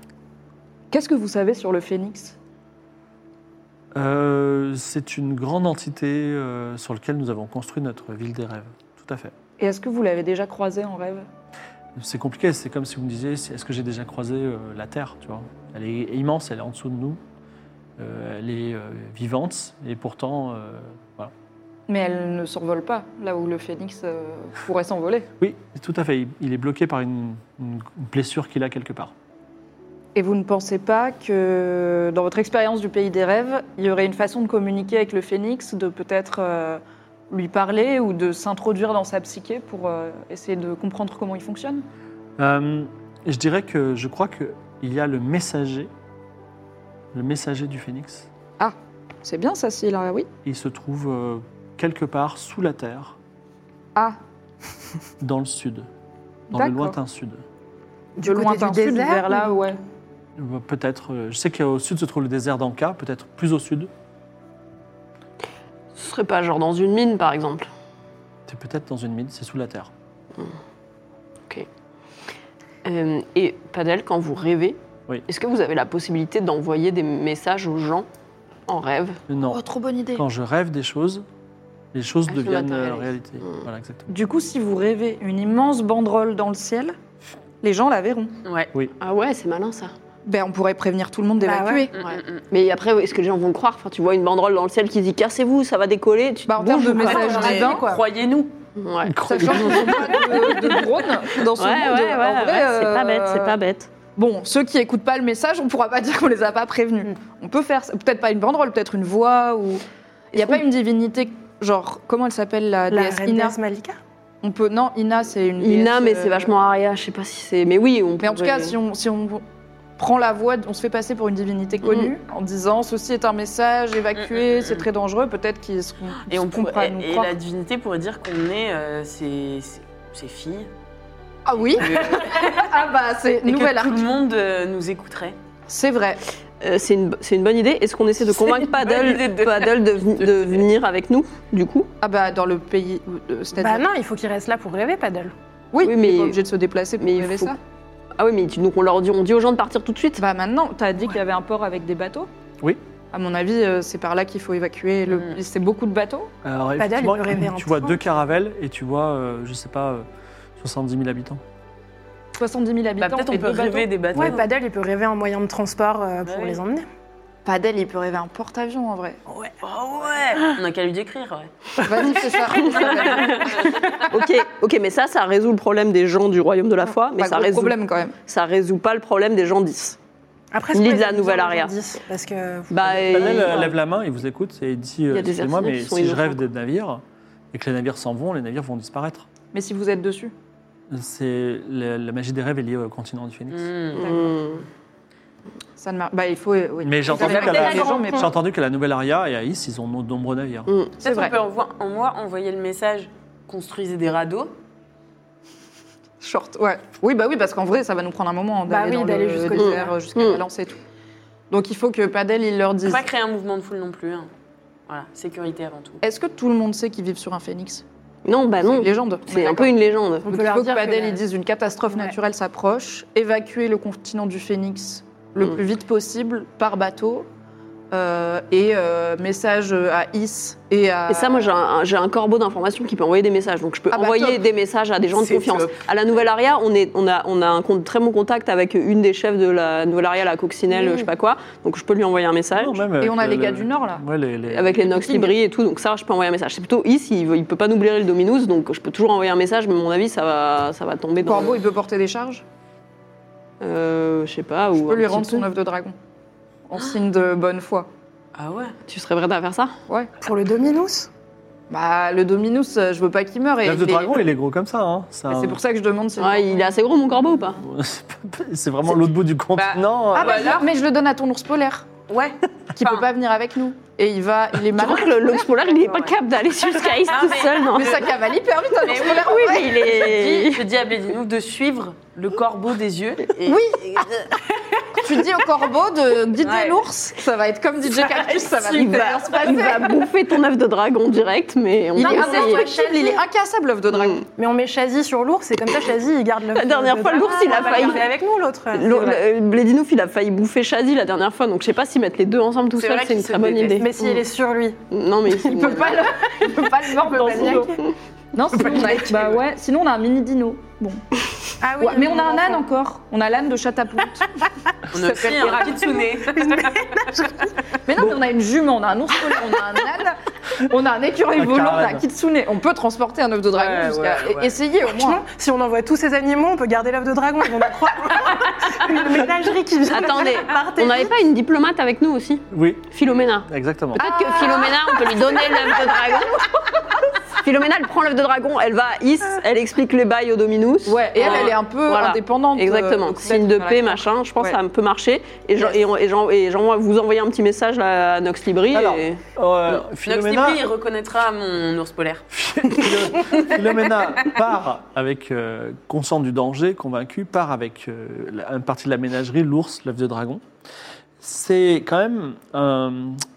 Speaker 5: qu'est-ce que vous savez sur le phénix
Speaker 1: Euh, c'est une grande entité euh, sur laquelle nous avons construit notre ville des rêves. Tout à fait.
Speaker 5: Et est-ce que vous l'avez déjà croisé en rêve
Speaker 1: C'est compliqué, c'est comme si vous me disiez c'est- est-ce que j'ai déjà croisé euh, la Terre tu vois Elle est immense, elle est en dessous de nous. Euh, elle est euh, vivante et pourtant. euh, voilà.
Speaker 5: Mais elle ne s'envole pas, là où le phénix euh, pourrait s'envoler.
Speaker 1: Oui, tout à fait. Il- Il est bloqué par une- une blessure qu'il a quelque part.
Speaker 5: Et vous ne pensez pas que, dans votre expérience du pays des rêves, il y aurait une façon de communiquer avec le phénix, de peut-être euh, lui parler ou de s'introduire dans sa psyché pour euh, essayer de comprendre comment il fonctionne
Speaker 1: Euh, je dirais que je crois que il y a le messager, le messager du phénix.
Speaker 5: C'est bien ça, s'il a... Oui.
Speaker 1: Il se trouve euh, quelque part sous la terre,
Speaker 5: Ah,
Speaker 1: dans le sud, dans le
Speaker 5: D'accord.
Speaker 1: lointain sud.
Speaker 4: Du
Speaker 5: de
Speaker 4: côté
Speaker 5: lointain
Speaker 4: du
Speaker 5: sud
Speaker 4: désert,
Speaker 5: vers là, ouais.
Speaker 1: Euh, Peut-être, euh, je sais qu'au sud se trouve le désert d'Anka, peut-être plus au sud.
Speaker 2: Ce serait pas genre dans une mine, par exemple.
Speaker 1: C'est peut-être dans une mine, c'est sous la terre.
Speaker 2: Euh, et Padel, quand vous rêvez,
Speaker 1: Oui.
Speaker 2: est-ce que vous avez la possibilité d'envoyer des messages aux gens en rêve.
Speaker 1: Non.
Speaker 6: Oh, trop bonne idée.
Speaker 1: Quand je rêve des choses, les choses
Speaker 2: Elles se
Speaker 1: deviennent euh,
Speaker 2: matérialisent.
Speaker 1: réalité.
Speaker 2: Mm.
Speaker 1: Voilà, exactement.
Speaker 5: Du coup, si vous rêvez une immense banderole dans le ciel, les gens la verront.
Speaker 3: Ouais.
Speaker 2: Ah ouais, c'est malin ça.
Speaker 5: Ben, on pourrait prévenir tout le monde d'évacuer.
Speaker 4: Bah ouais.
Speaker 3: Hmm,
Speaker 2: Ouais. Mais après, est-ce que les gens vont le croire enfin, Tu vois une banderole dans le ciel qui dit cassez-vous, ça va décoller. Tu... te
Speaker 5: Bah, en termes
Speaker 2: bouges
Speaker 5: de
Speaker 2: ou pas
Speaker 5: message
Speaker 4: Ouais,
Speaker 5: divin,
Speaker 4: mais quoi.
Speaker 3: Croyez-nous.
Speaker 2: Ouais.
Speaker 5: sachant qu'ils n'ont pas de, de drone dans ce
Speaker 2: Ouais, ouais,
Speaker 5: monde,
Speaker 2: ouais,
Speaker 5: en
Speaker 2: ouais,
Speaker 5: vrai,
Speaker 2: c'est pas bête, c'est
Speaker 5: euh,
Speaker 2: pas bête.
Speaker 5: Bon, ceux qui écoutent pas le message, on pourra pas *laughs* dire qu'on les a pas prévenus.
Speaker 4: Mm.
Speaker 5: On peut faire, ça. peut-être pas une banderole, peut-être une voix ou. Il y a pas une divinité, genre comment elle s'appelle la,
Speaker 4: La
Speaker 5: déesse Ina
Speaker 4: reine Malika
Speaker 5: On peut non, Ina c'est une.
Speaker 2: Ina,
Speaker 5: déesse,
Speaker 2: mais
Speaker 5: euh,
Speaker 2: c'est vachement Aria, je sais pas si c'est. Mais oui, on
Speaker 5: Mais en tout
Speaker 2: pourrait-
Speaker 5: cas, si on, si on prend la voix, on se fait passer pour une divinité connue en disant ceci est un message, évacuez,
Speaker 3: Mm, mm,
Speaker 5: c'est
Speaker 3: mm.
Speaker 5: très dangereux. Peut-être qu'ils seront.
Speaker 3: Et on
Speaker 5: comprend
Speaker 3: pourrait-
Speaker 5: nous
Speaker 3: et
Speaker 5: croire.
Speaker 3: la divinité pourrait dire qu'on est euh, ses, ses- ses filles.
Speaker 5: Ah oui.
Speaker 3: Et que-
Speaker 5: *laughs* ah bah c'est
Speaker 3: et
Speaker 5: nouvelle
Speaker 3: que tout
Speaker 5: arc.
Speaker 3: le monde euh, nous écouterait.
Speaker 5: C'est vrai.
Speaker 2: Euh, c'est une, c'est une bonne idée. Est-ce qu'on essaie
Speaker 3: *laughs*
Speaker 2: de
Speaker 3: C'est
Speaker 2: convaincre
Speaker 3: une bonne idée
Speaker 2: Paddle,
Speaker 3: de-
Speaker 5: *laughs*
Speaker 2: Paddle de, ven- de venir avec nous, du coup
Speaker 5: Ah bah dans le pays, euh, c'est-à-dire-
Speaker 4: Bah non, il faut qu'il reste là pour rêver, Paddle.
Speaker 5: Oui, mais
Speaker 2: Oui, mais-
Speaker 5: pas obligé de se déplacer pour
Speaker 2: mais il
Speaker 5: rêver
Speaker 2: faut-
Speaker 5: ça.
Speaker 2: Ah oui, mais tu- donc on leur dit, on dit aux gens de partir tout de suite.
Speaker 5: Bah maintenant, t'as dit qu'il y avait un port avec des bateaux.
Speaker 1: Oui.
Speaker 5: À mon avis, euh, c'est par là qu'il faut évacuer. Le...
Speaker 3: Mm.
Speaker 5: C'est beaucoup de bateaux.
Speaker 1: Alors,
Speaker 4: Padel,
Speaker 1: effectivement,
Speaker 4: il peut rêver en
Speaker 1: tu vois
Speaker 4: train.
Speaker 1: deux caravelles et tu vois, euh, je sais pas, euh, 70 000 habitants.
Speaker 5: 70 000
Speaker 3: Bah,
Speaker 5: habitants.
Speaker 3: Peut-être
Speaker 5: et
Speaker 3: on peut
Speaker 5: deux bateaux.
Speaker 3: rêver des bateaux.
Speaker 4: Ouais, Paddle, il peut rêver en moyen de transport euh, pour
Speaker 3: Ouais.
Speaker 4: les emmener.
Speaker 5: Padel, il peut rêver un porte-avions en vrai.
Speaker 3: Oh ouais On a qu'à lui décrire, ouais.
Speaker 5: Vas-y,
Speaker 3: *laughs*
Speaker 5: fais ça. Bah,
Speaker 2: *laughs* ok, ok, mais ça, ça résout le problème des gens du royaume de la foi, mais
Speaker 5: Pas
Speaker 2: ça
Speaker 5: gros
Speaker 2: résout,
Speaker 5: problème quand même.
Speaker 2: ça résout pas le problème des gens 10.
Speaker 4: Après,
Speaker 2: Lise
Speaker 4: quoi,
Speaker 2: la
Speaker 4: ils ont
Speaker 2: nouvelle
Speaker 4: besoin
Speaker 2: aria.
Speaker 4: de gens dix, Parce que.
Speaker 2: Bah, et-
Speaker 1: Pavel euh, lève la main, il vous écoute et il dit
Speaker 2: Il y
Speaker 1: euh,
Speaker 2: a des
Speaker 1: Excusez-moi,
Speaker 2: artisans
Speaker 1: mais
Speaker 2: qui sont
Speaker 1: si je
Speaker 2: innocents,
Speaker 1: rêve des navires et que les navires s'en vont, les navires vont disparaître.
Speaker 5: Mais si vous êtes dessus.
Speaker 1: C'est la, la magie des rêves est liée au continent du phénix.
Speaker 3: Hmm.
Speaker 2: Hmm.
Speaker 5: Ça ne marche. Bah il faut. euh, oui.
Speaker 1: Mais j'ai
Speaker 5: Ça
Speaker 1: entendu
Speaker 5: fait
Speaker 1: qu'à la-
Speaker 5: des gens, mais
Speaker 1: J'ai entendu que la nouvelle Aria et Aïs, ils ont de nombreux navires.
Speaker 5: c'est
Speaker 3: Peut-être
Speaker 5: vrai.
Speaker 3: on peut envo- en moi envoyer le message construisez des radeaux.
Speaker 5: Short. Ouais. Oui, bah oui, parce qu'en vrai, ça va nous prendre un moment
Speaker 4: Bah
Speaker 5: d'aller
Speaker 4: oui,
Speaker 5: dans
Speaker 4: d'aller
Speaker 5: le
Speaker 4: jusqu'au
Speaker 5: désert,
Speaker 4: désert.
Speaker 5: euh, jusqu'à
Speaker 2: Mm.
Speaker 5: la lance et tout. Donc il faut que Padel, il leur
Speaker 3: Faut
Speaker 5: dise.
Speaker 3: pas créer un mouvement de foule non plus. hein. Voilà, sécurité avant tout.
Speaker 5: Est-ce que tout le monde sait qu'ils vivent sur un phénix
Speaker 2: Non, bah non,
Speaker 5: Une légende.
Speaker 2: c'est un
Speaker 5: D'accord.
Speaker 2: peu une légende.
Speaker 4: On
Speaker 5: Donc,
Speaker 4: peut
Speaker 5: il
Speaker 4: leur
Speaker 5: faut que
Speaker 4: dire. que
Speaker 5: Padel
Speaker 4: la-
Speaker 5: ils disent une catastrophe
Speaker 4: Ouais.
Speaker 5: naturelle s'approche, évacuer le continent du Phénix le
Speaker 2: Mm.
Speaker 5: plus vite possible par bateau. euh, et euh, message à Is et à.
Speaker 2: Et ça, moi, j'ai un, j'ai un corbeau d'informations qui peut envoyer des messages. Donc, je peux
Speaker 5: Ah bah,
Speaker 2: envoyer
Speaker 5: top.
Speaker 2: des messages à des gens de
Speaker 3: C'est
Speaker 2: confiance.
Speaker 3: top.
Speaker 2: À la Nouvelle Aria, on, est, on, a, on a un con- très bon contact avec une des chefs de la Nouvelle Aria, la
Speaker 5: Mmh.
Speaker 2: Coccinelle, je sais pas quoi. Donc, je peux lui envoyer un message.
Speaker 1: Non, même
Speaker 5: Et
Speaker 1: avec
Speaker 5: on a
Speaker 1: le-
Speaker 5: les gars
Speaker 1: le-
Speaker 5: du Nord, là.
Speaker 1: Ouais, les- les-
Speaker 2: Avec les Nox
Speaker 5: King.
Speaker 2: Libri et tout, donc ça, je peux envoyer un message. C'est plutôt Is, il, veut- il peut pas nous blairer le Dominus, donc je peux toujours envoyer un message, mais à mon avis, ça va, ça va tomber dans.
Speaker 5: Corbeau, il peut porter des charges
Speaker 2: Euh, je sais pas. Ou
Speaker 5: Je peux
Speaker 2: un
Speaker 5: lui
Speaker 2: petit
Speaker 5: rendre son
Speaker 2: truc.
Speaker 5: œuf de dragon. En signe de bonne foi.
Speaker 3: Ah ouais
Speaker 2: Tu serais prête à faire ça
Speaker 4: Pour le Dominus
Speaker 5: Bah, le Dominus, euh, je veux pas qu'il meure. et
Speaker 1: L'œuf de
Speaker 5: il est-
Speaker 1: dragon, il est gros comme ça. Hein. C'est
Speaker 5: Et
Speaker 1: un-
Speaker 5: C'est pour ça que je demande si.
Speaker 2: Ouais, il est assez gros, mon corbeau, ou pas
Speaker 1: *laughs* C'est vraiment l'autre bout du continent.
Speaker 5: Ah,
Speaker 1: euh,
Speaker 5: bah, alors, mais je le donne à ton ours polaire,
Speaker 3: Ouais
Speaker 5: qui peut pas venir avec nous. Et il va. Il est
Speaker 2: Tu
Speaker 5: marrant.
Speaker 2: crois que le- l'ours polaire, il est pas capable d'aller jusqu'à Is
Speaker 3: Ah,
Speaker 2: tout
Speaker 3: mais-
Speaker 2: seul, non
Speaker 5: Mais ça cavale hyper vite, un
Speaker 3: Mais
Speaker 5: ours
Speaker 3: oui,
Speaker 5: polaire.
Speaker 2: Oui,
Speaker 5: ouais.
Speaker 2: mais il
Speaker 3: Je
Speaker 2: est.
Speaker 3: dis- je dis à Bélinou de suivre le corbeau des yeux. Et
Speaker 5: Oui. Tu dis au corbeau de guider
Speaker 3: Ouais.
Speaker 5: l'ours, ça va être comme DJ Cactus, ça va
Speaker 2: Il
Speaker 5: très
Speaker 2: va,
Speaker 5: bien se
Speaker 2: il
Speaker 5: passer.
Speaker 2: va bouffer ton œuf de dragon direct, mais on
Speaker 5: Il
Speaker 2: va
Speaker 5: est
Speaker 2: essayer.
Speaker 5: indestructible, il est incassable l'œuf de dragon.
Speaker 4: Mais on met Chazy sur l'ours, et comme ça, Chazy, il garde le.
Speaker 2: La dernière fois, l'ours, il a failli-
Speaker 4: Ah, bah, Il est avec nous, l'autre.
Speaker 2: L'o- le- Bledinouf, il a failli bouffer Shazi la dernière fois, donc je sais pas si mettre les deux ensemble tout
Speaker 3: C'est
Speaker 2: seul,
Speaker 3: vrai
Speaker 2: c'est une
Speaker 3: qu'ils se
Speaker 2: très bonne
Speaker 3: détestent.
Speaker 2: idée.
Speaker 4: Mais s'il est sur lui.
Speaker 2: Non, mais
Speaker 5: Il peut *laughs* pas le, il peut pas le mordre dans son dos. Non, sinon on a, bah ouais, sinon on a un mini dino. Bon,
Speaker 4: Ah
Speaker 5: Ouais, mais on a un âne encore. On a l'âne de chatapoulte.
Speaker 3: on a aussi un kitsune.
Speaker 5: Mais non, mais on a une jument, on a un ours polaire, on a un âne, on a un écureuil
Speaker 1: Un
Speaker 5: volant, on a un
Speaker 1: carane.
Speaker 5: kitsune. On peut transporter un œuf de dragon
Speaker 3: Ouais,
Speaker 5: jusqu'à
Speaker 3: ouais, ouais.
Speaker 5: essayer au moins.
Speaker 4: Franchement, si on envoie tous ces animaux, on peut garder l'œuf de dragon. On a trois. une ménagerie qui vient.
Speaker 2: Attendez,
Speaker 4: Partez
Speaker 2: on
Speaker 4: vite.
Speaker 2: n'avait pas une diplomate avec nous aussi
Speaker 1: Oui,
Speaker 2: Philomena.
Speaker 1: exactement.
Speaker 5: Ah.
Speaker 2: Peut-être que Philomena, on peut lui donner l'œuf de dragon. *laughs* Philomena, elle prend l'œuf de dragon, elle va à Is, elle explique les bails au Dominus.
Speaker 5: Ouais, et elle,
Speaker 2: Voilà.
Speaker 5: elle est un peu
Speaker 2: Voilà.
Speaker 5: indépendante. euh,
Speaker 2: Exactement,
Speaker 5: donc
Speaker 2: signe de
Speaker 5: peut-être,
Speaker 2: paix,
Speaker 5: voilà.
Speaker 2: machin, je pense
Speaker 5: Ouais.
Speaker 2: que ça peut marcher. Et, j'en- et, on- et, j'en- et j'envoie- vous envoyez un petit message là, à Nox Libri.
Speaker 1: Alors,
Speaker 2: et-
Speaker 1: Euh,
Speaker 3: Nox
Speaker 1: Philomena,
Speaker 3: Libri, il reconnaîtra mon ours polaire.
Speaker 1: *laughs* Philomena part avec, euh, conscient du danger, convaincu, part avec euh, la- une partie de la ménagerie, l'ours, l'œuf de dragon. c'est quand même un,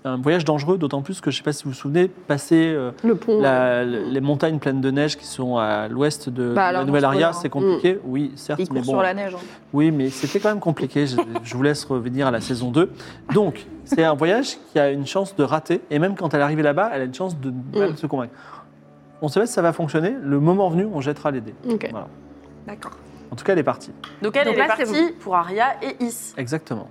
Speaker 1: un voyage dangereux, d'autant plus que je ne sais pas si vous vous souvenez, passer euh,
Speaker 2: Le pont.
Speaker 1: la- les montagnes pleines de neige qui sont à l'ouest de
Speaker 5: Bah, alors,
Speaker 1: la
Speaker 5: on
Speaker 1: Nouvelle
Speaker 5: se
Speaker 1: Aria,
Speaker 5: connaît, hein.
Speaker 1: c'est compliqué. Oui, certes,
Speaker 5: Il
Speaker 1: mais
Speaker 5: court
Speaker 1: bon.
Speaker 5: sur la neige. hein.
Speaker 1: Oui, mais c'était quand même compliqué. Je, je vous laisse revenir à la saison 2. Donc, c'est un voyage qui a une chance de rater. Et même quand elle est arrivée là-bas, elle a une chance de mal
Speaker 2: Mm.
Speaker 1: se convaincre. On ne sait pas si ça va fonctionner. Le moment venu, on jettera les dés.
Speaker 2: Ok.
Speaker 1: Voilà.
Speaker 5: D'accord.
Speaker 1: En tout cas, elle est partie.
Speaker 3: Donc elle,
Speaker 4: Donc
Speaker 3: elle
Speaker 4: là,
Speaker 3: est
Speaker 4: c'est
Speaker 3: partie pour Aria et Is.
Speaker 1: Exactement.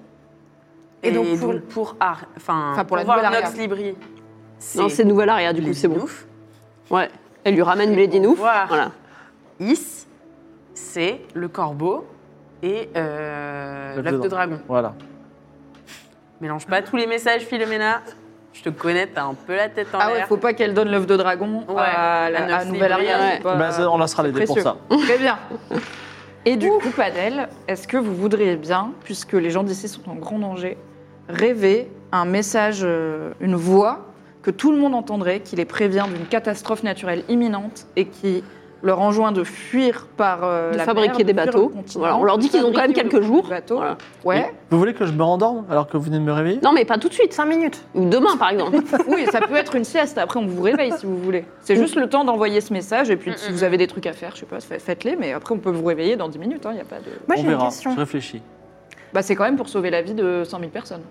Speaker 4: Et
Speaker 3: Et,
Speaker 4: donc,
Speaker 3: donc
Speaker 4: pour-
Speaker 3: pour, pour Ar- enfin,
Speaker 5: Enfin, pour
Speaker 3: pour
Speaker 5: la
Speaker 3: voir
Speaker 5: nouvelle
Speaker 3: Nox
Speaker 5: Aria.
Speaker 3: Libri.
Speaker 2: Non, c'est Nouvelle Aria, du coup,
Speaker 3: les
Speaker 2: c'est bon.
Speaker 3: Dinouf.
Speaker 2: Ouais. Elle lui ramène les dinouf.
Speaker 3: Voir.
Speaker 2: Voilà.
Speaker 3: Is, c'est le corbeau et euh,
Speaker 1: L'œuf
Speaker 3: l'œuf
Speaker 1: de
Speaker 3: de dragon.
Speaker 1: Voilà.
Speaker 3: Mélange pas tous les messages, Philomena. Je te connais, t'as un peu la tête en
Speaker 5: Ah ouais,
Speaker 3: l'air.
Speaker 5: faut pas qu'elle donne l'œuf de dragon
Speaker 3: Ouais,
Speaker 5: à, la,
Speaker 3: la
Speaker 5: à
Speaker 3: Nox
Speaker 5: Nouvelle
Speaker 3: Libri,
Speaker 5: Aria.
Speaker 2: ouais.
Speaker 5: c'est pas-
Speaker 1: Bah, ça, on lancera les dés pour
Speaker 5: précieux.
Speaker 1: ça.
Speaker 5: Très bien. Et du coup, Panel, est-ce que vous voudriez bien, puisque les gens d'ici sont en grand danger, rêver un message, euh, une voix que tout le monde entendrait, qui les prévient d'une catastrophe naturelle imminente et qui leur enjoint de fuir par euh,
Speaker 2: De
Speaker 5: la
Speaker 2: fabriquer
Speaker 5: mer,
Speaker 2: des
Speaker 5: de fuir
Speaker 2: bateaux.
Speaker 5: le continent,
Speaker 2: Voilà, on leur dit
Speaker 5: de
Speaker 2: qu'ils ont quand même
Speaker 5: fabriquer
Speaker 2: quelques
Speaker 5: le
Speaker 2: jours.
Speaker 5: bateau.
Speaker 2: Voilà.
Speaker 5: Ouais.
Speaker 1: Vous voulez que je me rendorme alors que vous venez de me réveiller
Speaker 2: Non, mais pas tout de suite.
Speaker 4: 5 minutes.
Speaker 2: Ou demain,
Speaker 5: *laughs*
Speaker 2: par exemple.
Speaker 5: oui, ça peut être une sieste. Après, on vous réveille si vous voulez. C'est juste le temps d'envoyer ce message. Et puis,
Speaker 2: Mm,
Speaker 5: si vous avez des trucs à faire, je sais pas, fa- faites-les. Mais après, on peut vous réveiller dans 10 minutes. hein. Il y a pas de.
Speaker 4: Moi,
Speaker 1: On
Speaker 4: j'ai une
Speaker 1: verra.
Speaker 4: question.
Speaker 1: Je réfléchis.
Speaker 5: Bah, c'est quand même pour sauver la vie de 100 000 personnes.